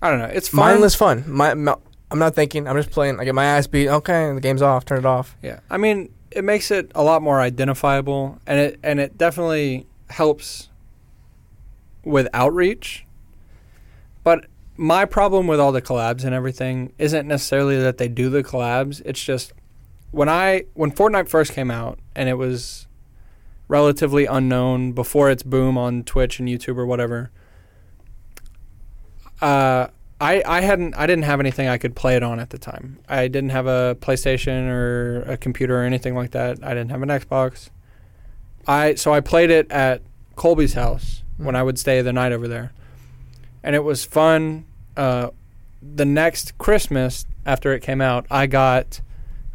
I don't know. It's fun. Mindless fun. My, my, I'm not thinking. I'm just playing. I get my ass beat. Okay, the game's off. Turn it off. Yeah. I mean, it makes it a lot more identifiable, and it and it definitely helps with outreach. But my problem with all the collabs and everything isn't necessarily that they do the collabs. It's just when I when Fortnite first came out and it was relatively unknown before its boom on Twitch and YouTube or whatever. Uh, I I hadn't I didn't have anything I could play it on at the time. I didn't have a PlayStation or a computer or anything like that. I didn't have an Xbox. I so I played it at Colby's house Hmm. when I would stay the night over there, and it was fun. Uh, the next Christmas, after it came out, I got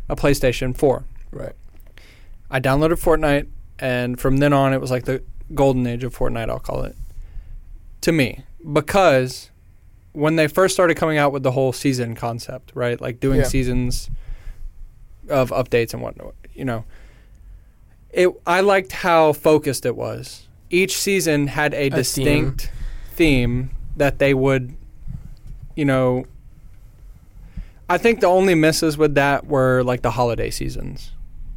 a PlayStation 4. Right. I downloaded Fortnite, and from then on, it was like the golden age of Fortnite, I'll call it, to me. Because when they first started coming out with the whole season concept, right? Like doing Yeah. seasons of updates and whatnot, you know. It, I liked how focused it was. Each season had a, theme. distinct theme that they would, you know. I think the only misses with that were like the holiday seasons,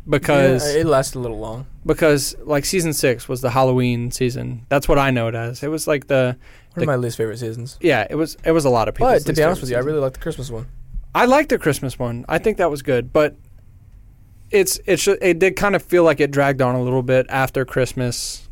because it lasted a little long. because like season six was the Halloween season. That's what I know it as. It was like the One of my least favorite seasons. yeah. It was it was a lot of people. But to be honest with you, I really like the Christmas one. I liked the Christmas one. I think that was good, but it's it's ju- it did kind of feel like it dragged on a little bit after Christmas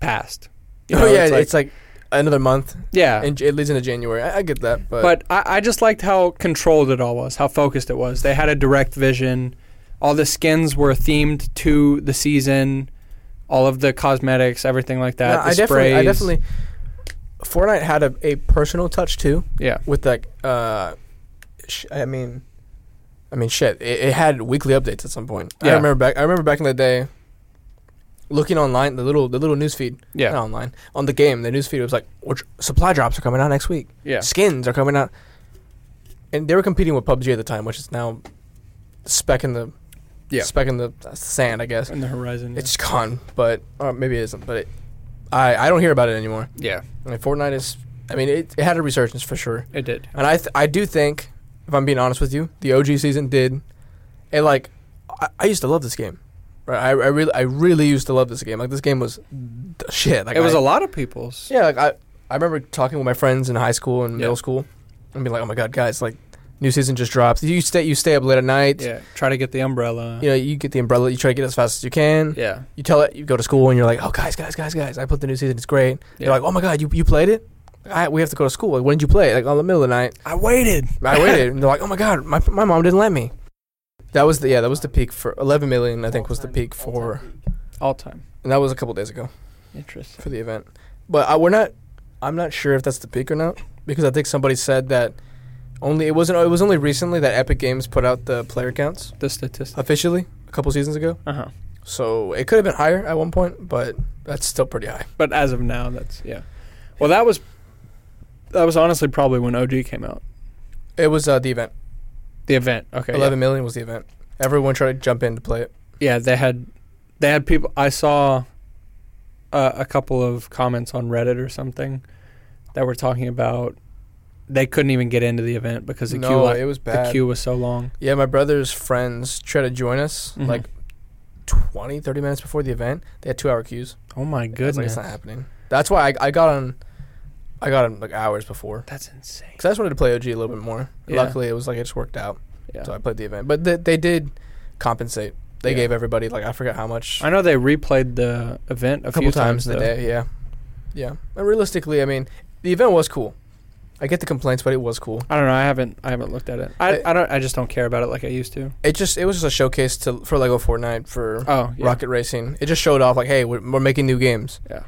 passed. You know, oh yeah, it's it's like- like, another month, yeah. and it leads into January. I, I get that, but, but I, I just liked how controlled it all was, how focused it was. They had a direct vision. All the skins were themed to the season. All of the cosmetics, everything like that. No, the I definitely, I sprays. definitely. Fortnite had a, a personal touch too, yeah, with like, uh, sh- I mean, I mean, shit. It, it had weekly updates at some point. Yeah. I remember back. I remember back in the day, looking online, the little the little newsfeed. Yeah. Not online on the game, the newsfeed was like, which supply drops are coming out next week. yeah, Skins are coming out, and they were competing with PUBG at the time, which is now speck in the Yeah. Mm-hmm. speck in the sand, I guess. in the horizon. It's gone, but or maybe it isn't. But it, I I don't hear about it anymore. yeah, I mean, Fortnite is. I mean, it, it had a resurgence for sure, it did. and I th- I do think, if I'm being honest with you, the OG season did. It like, I, I used to love this game, right? I, I really I really used to love this game. Like this game was the shit. Like it was I, a lot of people's. yeah. Like I I remember talking with my friends in high school and Yeah. middle school, and being like, oh my god, guys, like, new season just dropped. You stay you stay up late at night. Yeah, try to get the umbrella. You know, you get the umbrella. You try to get it as fast as you can yeah, you tell it you go to school and you're like oh guys guys guys guys i put the new season it's great Yeah. you're like oh my god you, you played it I, we have to go to school like when did you play it? like on the middle of the night I waited. i waited and they're like oh my god my, my mom didn't let me that was the yeah that was the peak for 11 million i think was the peak for All time. and that was a couple days ago Interesting. for the event but I, we're not i'm not sure if that's the peak or not because i think somebody said that only it wasn't it was only recently that epic games put out the player counts The statistic. officially a couple seasons ago Uh huh. so it could have been higher at one point but that's still pretty high But as of now, that's yeah. Well, that was that was honestly probably when OG came out. It was uh, the event. The event. Okay. Eleven million was the event. Everyone tried to jump in to play it. yeah. yeah, they had they had people. I saw uh, a couple of comments on Reddit or something that were talking about they couldn't even get into the event because the queue No, like, it was bad. the queue was so long. Yeah, my brother's friends tried to join us Mhm. like 20, 30 minutes before the event. They had two hour queues. Oh my I was like, goodness, it's not happening. That's why I, I got on. I got on like hours before that's insane. because I just wanted to play OG a little bit more. Yeah. Luckily, it was like it just worked out, Yeah. so I played the event. But they, they did compensate. They Yeah. gave everybody like I forget how much. I know they replayed the event a, a couple few times, in the though. day. Yeah, yeah. And realistically, I mean, the event was cool. I get the complaints, but it was cool. I don't know. I haven't. I haven't looked at it. I, It- I don't. I just don't care about it like I used to. It just it was just a showcase to for Lego Fortnite for Oh, yeah. Rocket Racing. It just showed off like, hey, we're, we're making new games. Yeah.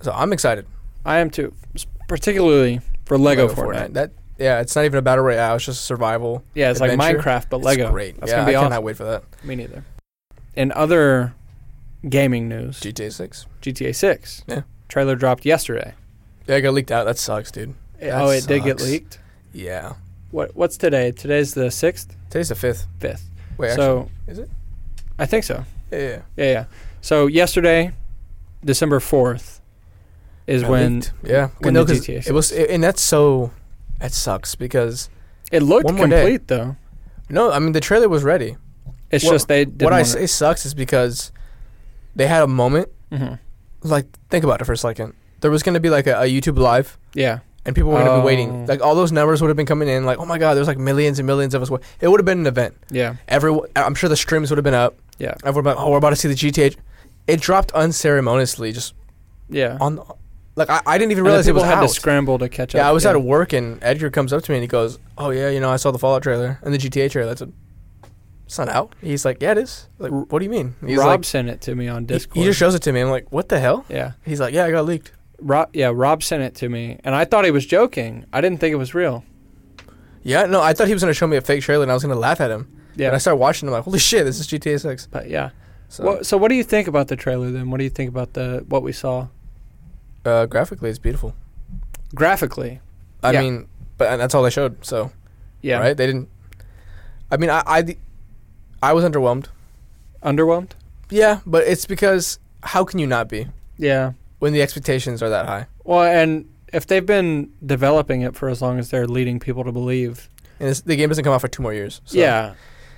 So I'm excited. I am too, s- particularly for Lego, Fortnite. That yeah, it's not even a battle royale. It's just survival. Yeah, it's like Adventure? Minecraft but It's Lego. great. That's yeah, gonna be I awesome. cannot wait for that. Me neither. In other gaming news, GTA Six. GTA Six. Yeah. Trailer dropped yesterday. Yeah, it got leaked out. That sucks, dude. That oh, it did get sucks. leaked. Yeah. What What's today? Today's the sixth, Today's the fifth. fifth. Wait, so is it? I think so. actually, yeah. yeah. Yeah, yeah. So yesterday, December fourth, is Got when leaked. yeah when No, the 'cause GTA it was and that's so that sucks because it looked One more day. complete though. no I mean the trailer was ready It's What- just they didn't what I want it. say sucks is because they had a moment Mhm. like think about it for a second. There was going to be like a, a YouTube live, Yeah, and people were going to Oh. be waiting. Like all those numbers would have been coming in. Like oh my god, there's like millions and millions of us. wa-" It would have been an event. yeah, Everyone, I'm sure the streams would have been up. Yeah. everyone would have been like oh we're about to see the GTA. It dropped unceremoniously, just yeah. on. Like I, I didn't even And then realize it people was had out. to scramble to catch up. yeah, I was out of work, and Edgar comes up to me and he goes, "Oh yeah, you know I saw the Fallout trailer and the GTA trailer. That's a, it's not out." He's like, "Yeah, it is." Like, R- what do you mean? He's Rob like, sent it to me on he- Discord. he just shows it to me. I'm like, "What the hell?" yeah, He's like, "Yeah, I got leaked." Rob. Yeah, Rob sent it to me, and I thought he was joking. I didn't think it was real. Yeah, no, I thought he was gonna show me a fake trailer and I was gonna laugh at him. Yeah. And I started watching. I'm like, holy shit, this is GTA Six. but yeah. So So. What, so what do you think about the trailer then? What do you think about the what we saw uh, graphically, it's beautiful. graphically? I Yeah. mean, but and that's all they showed. So Yeah. right, they didn't. I mean, I I, I was underwhelmed. Underwhelmed? Yeah, but it's because how can you not be Yeah. when the expectations are that high? Well, and if they've been developing it for as long as they're leading people to believe, And it's, the game doesn't come out for two more years. So. yeah,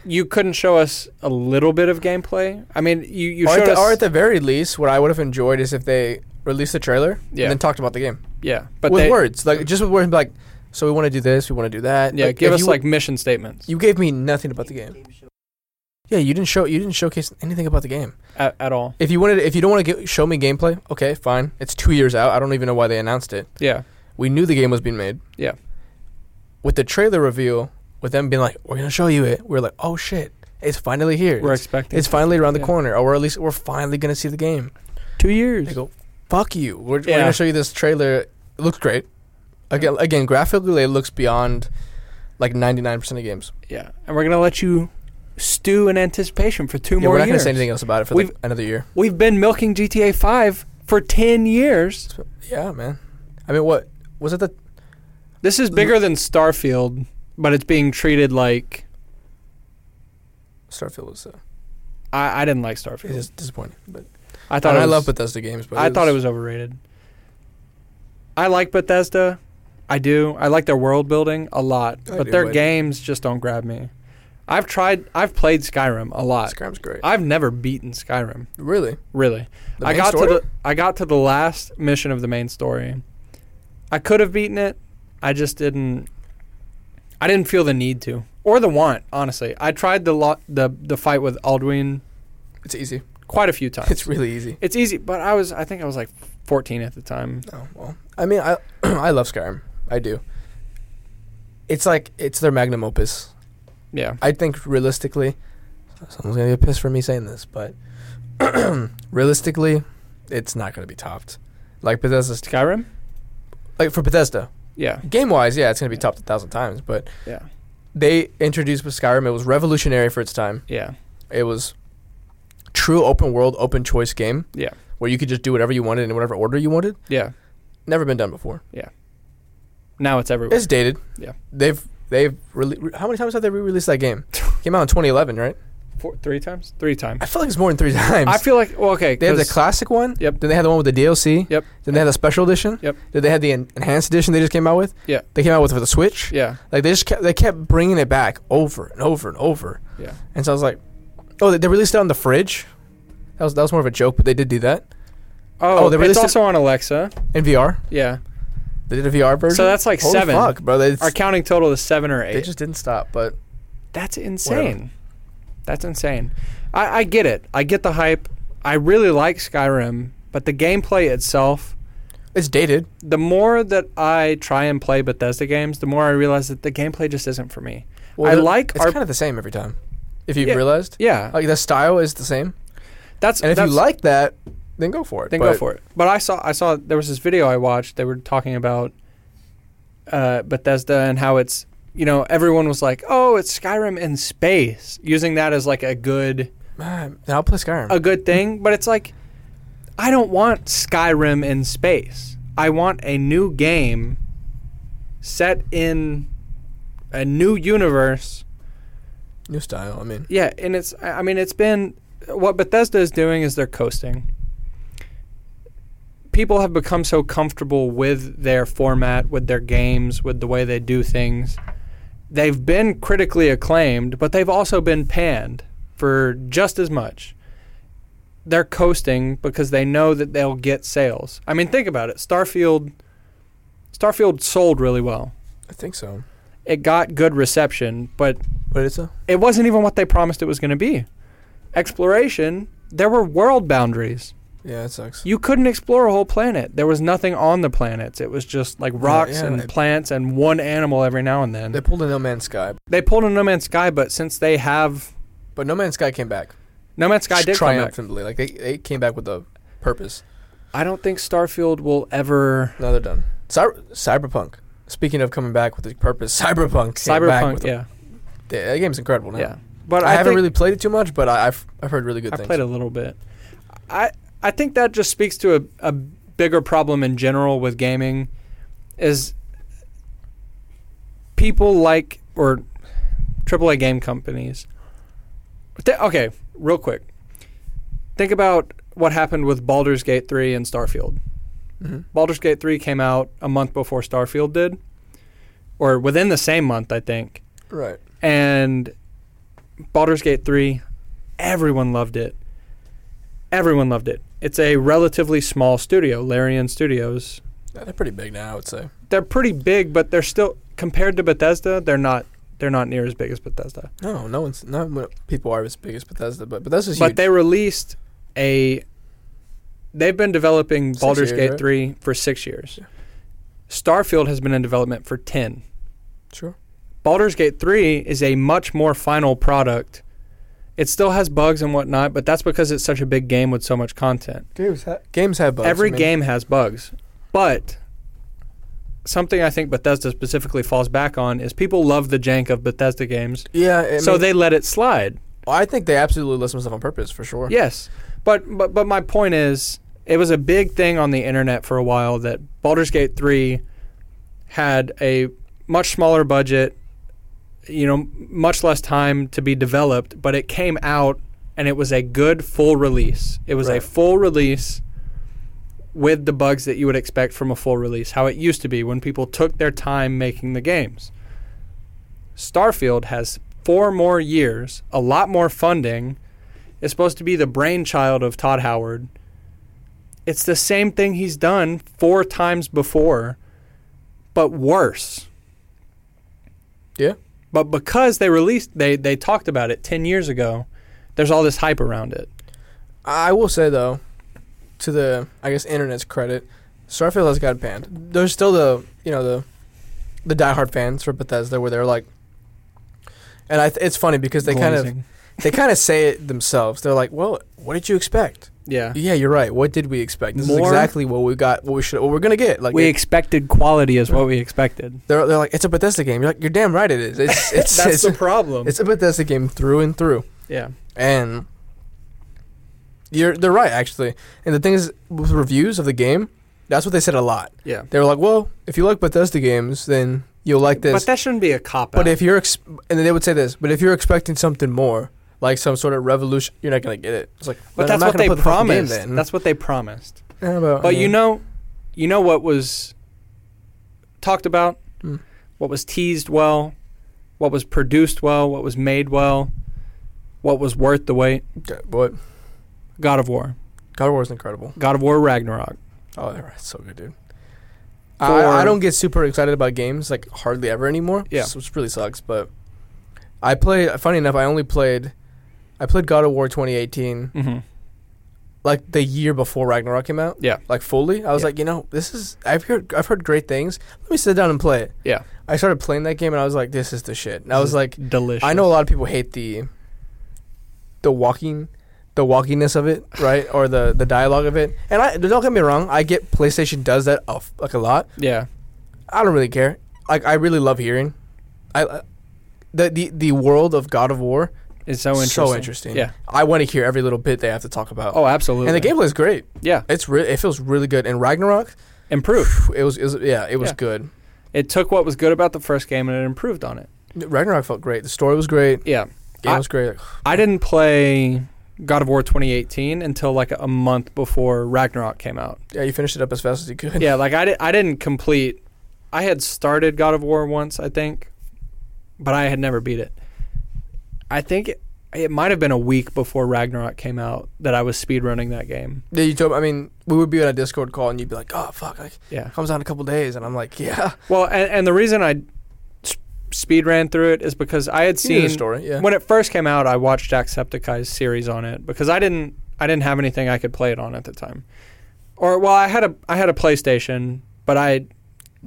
you couldn't show us a little bit of gameplay. I mean, you you or, showed at the, us, or at the very least, what I would have enjoyed is if they released the trailer Yeah. and then talked about the game yeah, but with they, words, like just with words, like so we want to do this, we want to do that. yeah, Like, give if us you- like mission statements you gave me nothing about the game. Yeah, you didn't show you didn't showcase anything about the game. at, at all. If you wanted, if you don't want to show me gameplay, okay, fine. It's two years out. I don't even know why they announced it. Yeah, We knew the game was being made. Yeah. With the trailer reveal, with them being like, "We're gonna show you it," we are like, "Oh shit, it's finally here. we're it's, expecting it's finally around the Yeah. corner, or at least we're finally gonna see the game." two years. They go, "Fuck you. We're, we're Yeah. gonna show you this trailer. It looks great. Again, again, graphically, it looks beyond like ninety nine percent of games. Yeah, and we're gonna let you stew in anticipation for two Yeah, more we're not gonna years. say anything else about it for We've- like another year. We've been milking GTA Five for ten years. Yeah, man. I mean, what was it? The This is bigger than Starfield, but it's being treated like Starfield was uh, I, I didn't like Starfield. it is disappointing, but I I, thought thought it I was- love Bethesda games. But I thought it was overrated. I like Bethesda. I do. I like their world building a lot, I but do, their but- games just don't grab me. I've tried. I've played Skyrim a lot. Skyrim's great. I've never beaten Skyrim. really, Really, The I main got story? to the I got to the last mission of the main story. I could have beaten it. I just didn't. I didn't feel the need to or the want. Honestly, I tried the lo- the the fight with Alduin it's easy. quite a few times. It's really easy. It's easy, but I was I think I was like 14 at the time. Oh well, I mean, I I love Skyrim. I do. It's like it's their magnum opus. Yeah. I think realistically, someone's gonna get pissed for me saying this, but realistically, it's not gonna be topped. Like Bethesda's, Skyrim? like for Bethesda, Yeah. game wise, yeah, it's gonna be topped a thousand times. But Yeah. they introduced with Skyrim. It was revolutionary for its time. Yeah. It was true open world, open choice game. Yeah. Where you could just do whatever you wanted in whatever order you wanted. Yeah. Never been done before. Now it's everywhere. It's dated. Yeah. They've they've rele- re- how many times have they re-released that game? Came out in 2011, right? Four, three times? Three times. I feel like it's more than three times. I feel like well, okay. they have the 'cause- classic one. Yep. Then they had the one with the DLC. Yep. Then they had the special edition. Yep. Then they had the en- enhanced edition they just came out with. Yeah. They came out with for the Switch. yeah. Like they just kept, they kept bringing it back over and over and over. Yeah. And so I was like, oh, they, they released it on the fridge. That was that was more of a joke, but they did do that Oh, Oh, they it's released it- also on Alexa. in VR. Yeah. They did a VR version. So that's like Holy seven. Fuck, bro. They, Our counting total is seven or they eight. just didn't stop. But That's insane. That's insane. I, I get it. I get the hype. I really like Skyrim, but the gameplay itself it's dated. the more that I try and play Bethesda games, the more I realize that the gameplay just isn't for me. I the- like it's our kind of the same every time. If you've Yeah. realized, yeah. like the style is the same. that's Uh, And if that's, you like that, then go for it. then go for it. But I saw I saw there was this video I watched. They were talking about uh, Bethesda and how it's you know everyone was like, oh, it's Skyrim in space, using that as like a good Man, then I'll play Skyrim. a good thing. But it's like I don't want Skyrim in space. I want a new game set in a new universe New style. I mean, Yeah, and it's I I mean it's been what Bethesda is doing is they're coasting. People have become so comfortable with their format, with their games, with the way they do things. They've been critically acclaimed, but they've also been panned for just as much. They're coasting because they know that they'll get sales. I mean, think about it. Starfield Starfield sold really well. I think so. It got good reception, but But it's a it wasn't even what they promised it was going to be. Exploration, there were world boundaries. yeah, it sucks. You couldn't explore a whole planet. There was nothing on the planets. It was just like rocks yeah, and they- plants and one animal every now and then. They They, pulled a No Man's Sky, pulled a No Man's Sky, but since they have but No Man's Sky came back No Man's Sky did come back. triumphantly. Like they, they came back with a purpose. I don't think Starfield will ever. Now they're done. Cy- Cyberpunk. Speaking of coming back with a purpose, Cyberpunk. Came back Cyberpunk, with a- yeah, th- that game's incredible. Now. yeah. But I, I, haven't think- really played it too much, but I, I've I've heard really good I things. played a little bit. I I think that just speaks to a, a bigger problem in general with gaming is people like or AAA game companies. Th- okay, real quick. Think about what happened with Baldur's Gate 3 and Starfield. Mhm. Baldur's Gate 3 came out a month before Starfield did or within the same month, I think Right. and Baldur's Gate 3, everyone loved it. Everyone loved it. It's a relatively small studio, Larian Studios. Yeah, they're pretty big now, I would say. They're pretty big, but they're still compared to Bethesda, they're not they're not near as big as Bethesda. No, no one's no one- people are as big as Bethesda, but Bethesda's But huge. they released a they've been developing Six Baldur's years, Gate right? 3 for 6 years. Yeah. Starfield has been in development for 10. sure. Baldur's Gate 3 is a much more final product. It still has bugs and whatnot, but that's because it's such a big game with so much content. Games have games have bugs. Every I mean, game has bugs. But something I think Bethesda specifically falls back on is people love the jank of Bethesda games, Yeah. I so mean, they let it slide. I think they absolutely listen to stuff on purpose for sure. Yes. But, but but my point is it was a big thing on the internet for a while that Baldur's Gate 3 had a much smaller budget, you know, much less time to be developed, but it came out and it was a good full release. It was a Right. full release with the bugs that you would expect from a full release, how it used to be when people took their time making the games. Starfield has four more years, a lot more funding. It's supposed to be the brainchild of Todd Howard. It's the same thing he's done four times before, but worse. Yeah. But because they released, they they talked about it ten years ago. There's all this hype around it. I will say though, to the I guess internet's credit, Starfield has got banned. There's still the you know the the diehard fans for Bethesda where they're like, and I th- it's funny because they kind of Glazing. they kind of say it themselves. They're like, well, what did you expect? yeah. Yeah, you're right. What did we expect? This is More- exactly what we got. What we should. What we're gonna get. Like we it- expected quality is what we expected. they're they're like it's a Bethesda game. You're like you're damn right it is. It's it's it's, problem. it's a Bethesda game through and through. yeah. And you're they're right actually. And the thing is with reviews of the game, that's what they said a lot. Yeah. They were like, "Well, if you like Bethesda games, then you'll like this." But that shouldn't be a cop out. But if you're ex- and they would say this, "But if you're expecting something more, like some sort of revolution, you're not going to get it." It's like, but "Then that's I'm not what gonna they play the fucking game promised. then." That's what they promised. I don't know about- But I you mean, know, you know what was talked about, Hmm. what was teased well, what was produced well, what was made well, what was worth the wait. Okay, what God of War, God of War is incredible. God of War Ragnarok. Oh, they're right, so good, dude. I, I For- don't get super excited about games like hardly ever anymore. Yeah. s- which really sucks. But I played. Funny enough, I only played. I played God of War 2018, Mm-hmm. like the year before Ragnarok came out. Yeah. like fully. I was Yeah. like, you know, this is. I've heard. I've heard great things. Let me sit down and play it. Yeah. Mm-hmm. I started playing that game and I was like, this is the shit. And I was like, delicious. I know a lot of people hate the. The walking. The walkiness of it, right, or the the dialogue of it, and I don't get me wrong, I get PlayStation does that a f like a lot, Yeah, I don't really care. Like I really love hearing. I I- the the the world of God of War it's so interesting. so interesting. Yeah. I want to hear every little bit they have to talk about. Oh, absolutely. and the gameplay is great. Yeah, It's re- it feels really good. And Ragnarok, improved. phew, it was, it was yeah, it was Yeah. good. It took what was good about the first game and it improved on it. Ragnarok felt great. The story was great. Yeah. Game I- was great. I didn't play God of War 2018 until like a month before Ragnarok came out. Yeah, you finished it up as fast as you could. yeah, like I, di- I didn't complete. I had started God of War once, I think, but I had never beat it. I think it, it might have been a week before Ragnarok came out that I was speedrunning that game. Yeah, you told. I mean, we would be on a Discord call, and you'd be like, "Oh fuck, like, Yeah. it comes out in a couple days," and I'm like, "Yeah." Well, and, and the reason I sp- speedran through it is because I had You knew the seen story. Yeah. when it first came out, I watched Jacksepticeye's series on it because I didn't I didn't have anything I could play it on at the time. Or well, I had a I had a PlayStation, but I,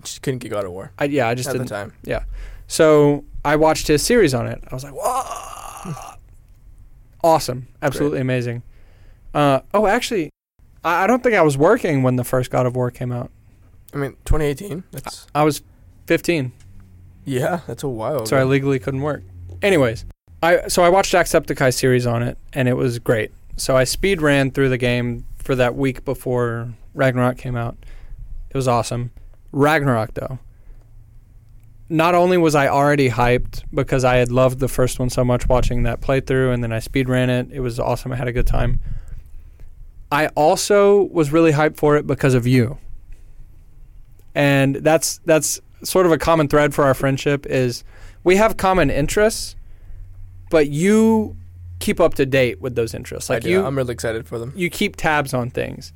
Just couldn't get God of War I yeah, I just at the didn't time. So I watched his series on it. I was like, "Whoa, awesome! Absolutely amazing." Uh, oh, actually, I, I don't think I was working when the first God of War came out. Ah. I mean, 2018. That's I was 15. Yeah, that's a while. So I ago. legally couldn't work. Anyways, I so I watched Jacksepticeye series on it, and it was great. So I speed ran through the game for that week before Ragnarok came out. It was awesome. Ragnarok though. Not only was I already hyped because I had loved the first one so much watching that playthrough and then I speed ran it. It was awesome. I had a good time. I also was really hyped for it because of you. And that's that's sort of a common thread for our friendship is we have common interests, but you keep up to date with those interests. I Like do. you I'm really excited for them. you keep tabs on things.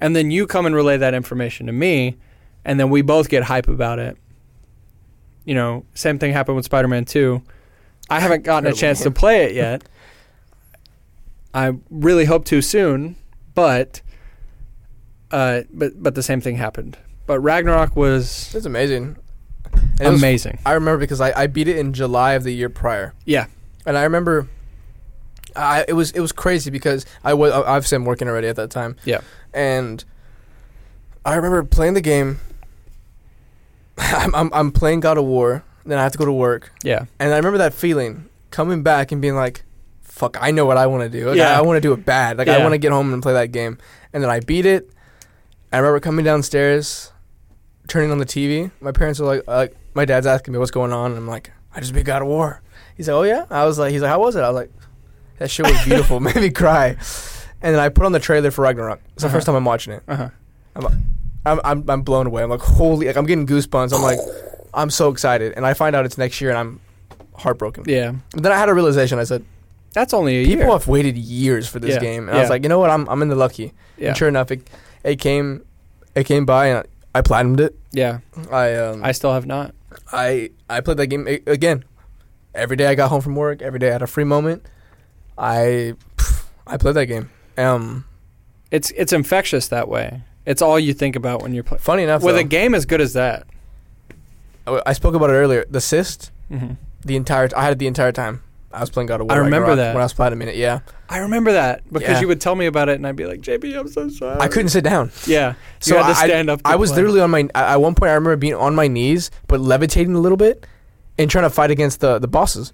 And then you come and relay that information to me, and then we both get hype about it. You know, same thing happened with Spider Man 2. I haven't gotten a Incredible. chance to play it yet. I really hope to soon, but uh, but but the same thing happened. But Ragnarok was It's amazing. And it was- amazing. I remember because I, I beat it in July of the year prior. yeah, and I remember, I it was it was crazy because I was I- obviously I'm working already at that time. Yeah. and I remember playing the game. I'm I'm, I'm playing God of War, then I have to go to work, yeah. and I remember that feeling coming back and being like, "Fuck, I know what I want to do. Like, Yeah. I, want to do it bad. Like I Yeah. want to get home and play that game." And then I beat it. I remember coming downstairs, turning on the TV. My parents were like, uh, like "My dad's asking me what's going on," and I'm like, "I just beat God of War." He's like, "Oh yeah." I was like, "He's like, how was it?" I was like, "That shit was beautiful. Made me cry." And then I put on the trailer for Ragnarok. It's the Uh-huh. first time I'm watching it. Uh huh. I'm, I'm I'm blown away. I'm like, holy! Like I'm getting goosebumps. I'm like, I'm so excited. And I find out it's next year, and I'm heartbroken. Yeah, But then I had a realization. I said, that's only a people year. have waited years for this Yeah. game, and I was Yeah. like, you know what? I'm I'm in the lucky. Yeah, And sure enough, it it came, it came by, and I, I platinumed it. yeah. I um I I still have not. I, played that game a- again. Every day I got home from work. Every day I had a free moment. I pff, I played that game. Um, It's it's infectious that way. It's all you think about when you're playing. funny enough, With though, a game as good as that. I- I spoke about it earlier. The cyst, Mm-hmm. the entire I had it the entire time. I was playing God of War. I remember Ragnarok that. when I was platinuming it. Yeah, I remember that because Yeah. you would tell me about it, and I'd be like, "JP, I'm so sorry." I couldn't sit down. Yeah, so So you had to I- stand up. to I was play. literally on my at one point I remember being on my knees but levitating a little bit and trying to fight against the the bosses.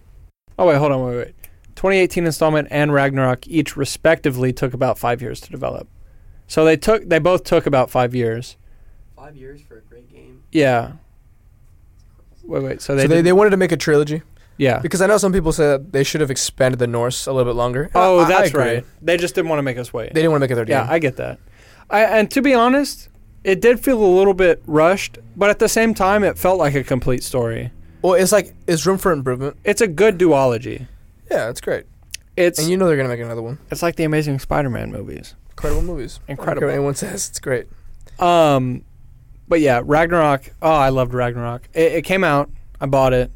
Oh wait, hold on, wait, wait. 2018 installment and Ragnarok each respectively took about five years to develop. So they took they both took about five years. Five years for a great game. Yeah. Wait, wait. So So they, Ah. they, did- they wanted to make a trilogy yeah. because I know some people say that they should have expanded the Norse a little bit longer. And Oh, I- I that's agree. right. They just didn't want to make us wait. They didn't want to make a third Yeah, game. I get that. I, and to be honest, it did feel a little bit rushed, but at the same time, it felt like a complete story. well, it's like it's room for improvement. It's a good duology. Yeah, it's great. It's And you know they're gonna make another one. It's like the Amazing Spider-Man movies. Incredible movies. I don't care Incredible. what anyone says it's great. Um, but yeah, Ragnarok. Oh, I loved Ragnarok. It, it came out. I bought it.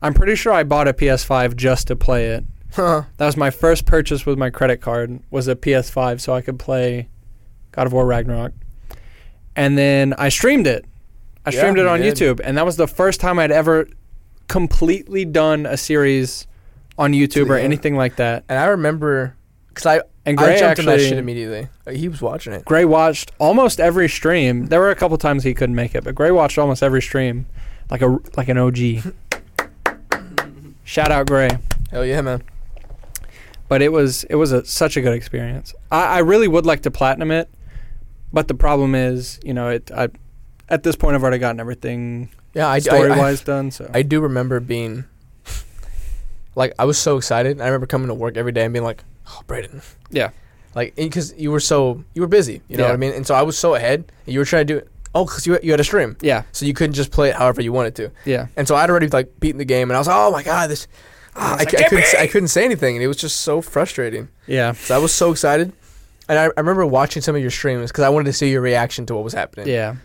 I'm pretty sure I bought a PS5 just to play it. Huh. That was my first purchase with my credit card was a PS5 so I could play God of War Ragnarok. And then I streamed it. I Yeah, streamed it you on did. YouTube and that was the first time I'd ever completely done a series on YouTube or Yeah. anything like that. And I remember because I And I Gray jumped on that actually shit immediately. Like, he was watching it. Gray watched almost every stream. There were a couple times he couldn't make it, but Gray watched almost every stream, like a like an OG. Shout out Gray, Hell yeah, man. but it was it was a, such a good experience. I, I really would like to platinum it, but the problem is, you know, it I at this point I've already gotten everything Yeah, I I- I- story wise done. So I do remember being like I was so excited. I remember coming to work every day and being like, "Oh, Braden." Yeah. Like because you were so you were busy, you know Yeah. what I mean? And so I was so ahead. And you were trying to do it. Oh, because you you had a stream, yeah, so you couldn't just play it however you wanted to. yeah, And so I'd already like beaten the game, and I was like, "Oh my god, this." ah, I, It's c- like, I couldn't say, I couldn't say anything, and it was just so frustrating. yeah, So I was so excited, and I, I remember watching some of your streams because I wanted to see your reaction to what was happening. yeah.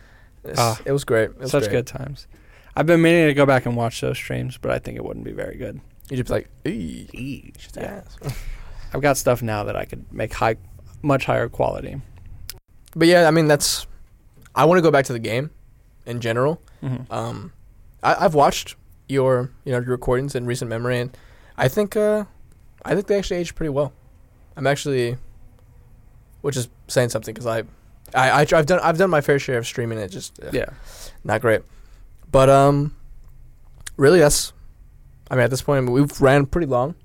It's- Ah. it was great. It was Such great. good times. I've been meaning to go back and watch those streams, but I think it wouldn't be very good. You just be like, "Eee, shut the ass." I've got stuff now that I could make high, much higher quality. But yeah, I mean that's. I want to go back to the game, in general. Mm-hmm. Um, I, I've watched your you know your recordings in recent memory, and I think uh, I think they actually aged pretty well. I'm actually, which is saying something because I, I, I have done I've done my fair share of streaming. It just uh, Yeah. not great, But um, really, that's. I mean, at this point, I mean, we've ran pretty long.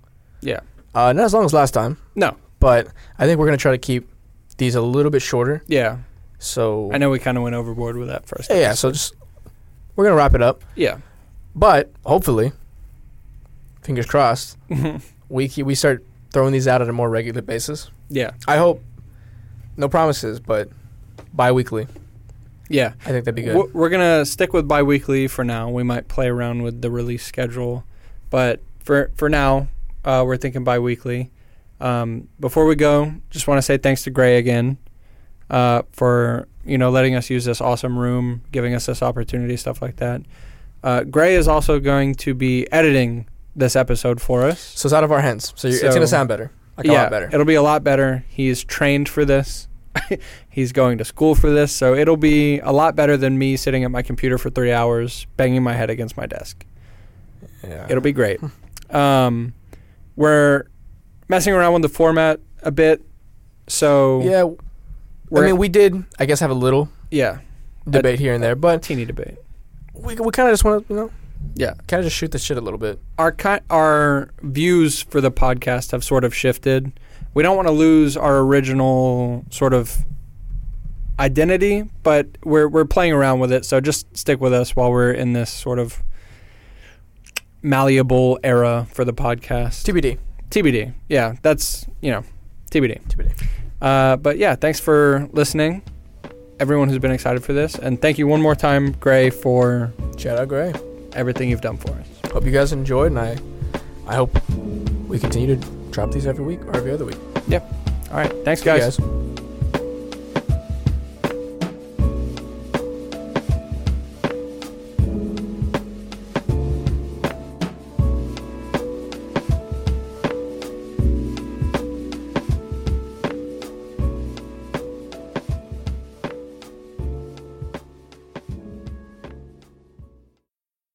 Yeah. Uh, not as long as last time. No. But I think we're gonna try to keep these a little bit shorter. Yeah. So I know we kind of went overboard with that first. Yeah, yeah. So just we're gonna wrap it up. yeah. But hopefully, fingers crossed, yeah. we ke- we start throwing these out on a more regular basis. Yeah. I hope. No promises, but bi-weekly. Yeah. I think that'd be good. We're, we're gonna stick with bi-weekly for now. We might play around with the release schedule, but for for now, uh, we're thinking bi-weekly. Um, before we go, just want to say thanks to Gray again uh, for you know letting us use this awesome room, giving us this opportunity, stuff like that. Uh, Gray is also going to be editing this episode for us. so it's out of our hands. So, you're, it's So- gonna sound better. Like a lot better. It'll be a lot better. He's trained for this. He's going to school for this, so it'll be a lot better than me sitting at my computer for three hours banging my head against my desk. Yeah. It'll be great. Um, we're messing around with the format a bit, so Yeah. we're I mean, we did. I guess have a little yeah, debate here and there, but teeny debate. we we kind of just want to you know. Yeah. Kind of just shoot the shit a little bit. Our ki- our views for the podcast have sort of shifted. We don't want to lose our original sort of identity, but we're we're playing around with it. So just stick with us while we're in this sort of malleable era for the podcast. TBD. TBD. Yeah, that's you know TBD. TBD. Uh, but yeah, thanks for listening, everyone who's been excited for this, and thank you one more time, Gray, for Shout out Gray. everything you've done for us. Hope you guys enjoyed, and I I hope we continue to drop these every week or every other week. All right, thanks, See you guys. guys.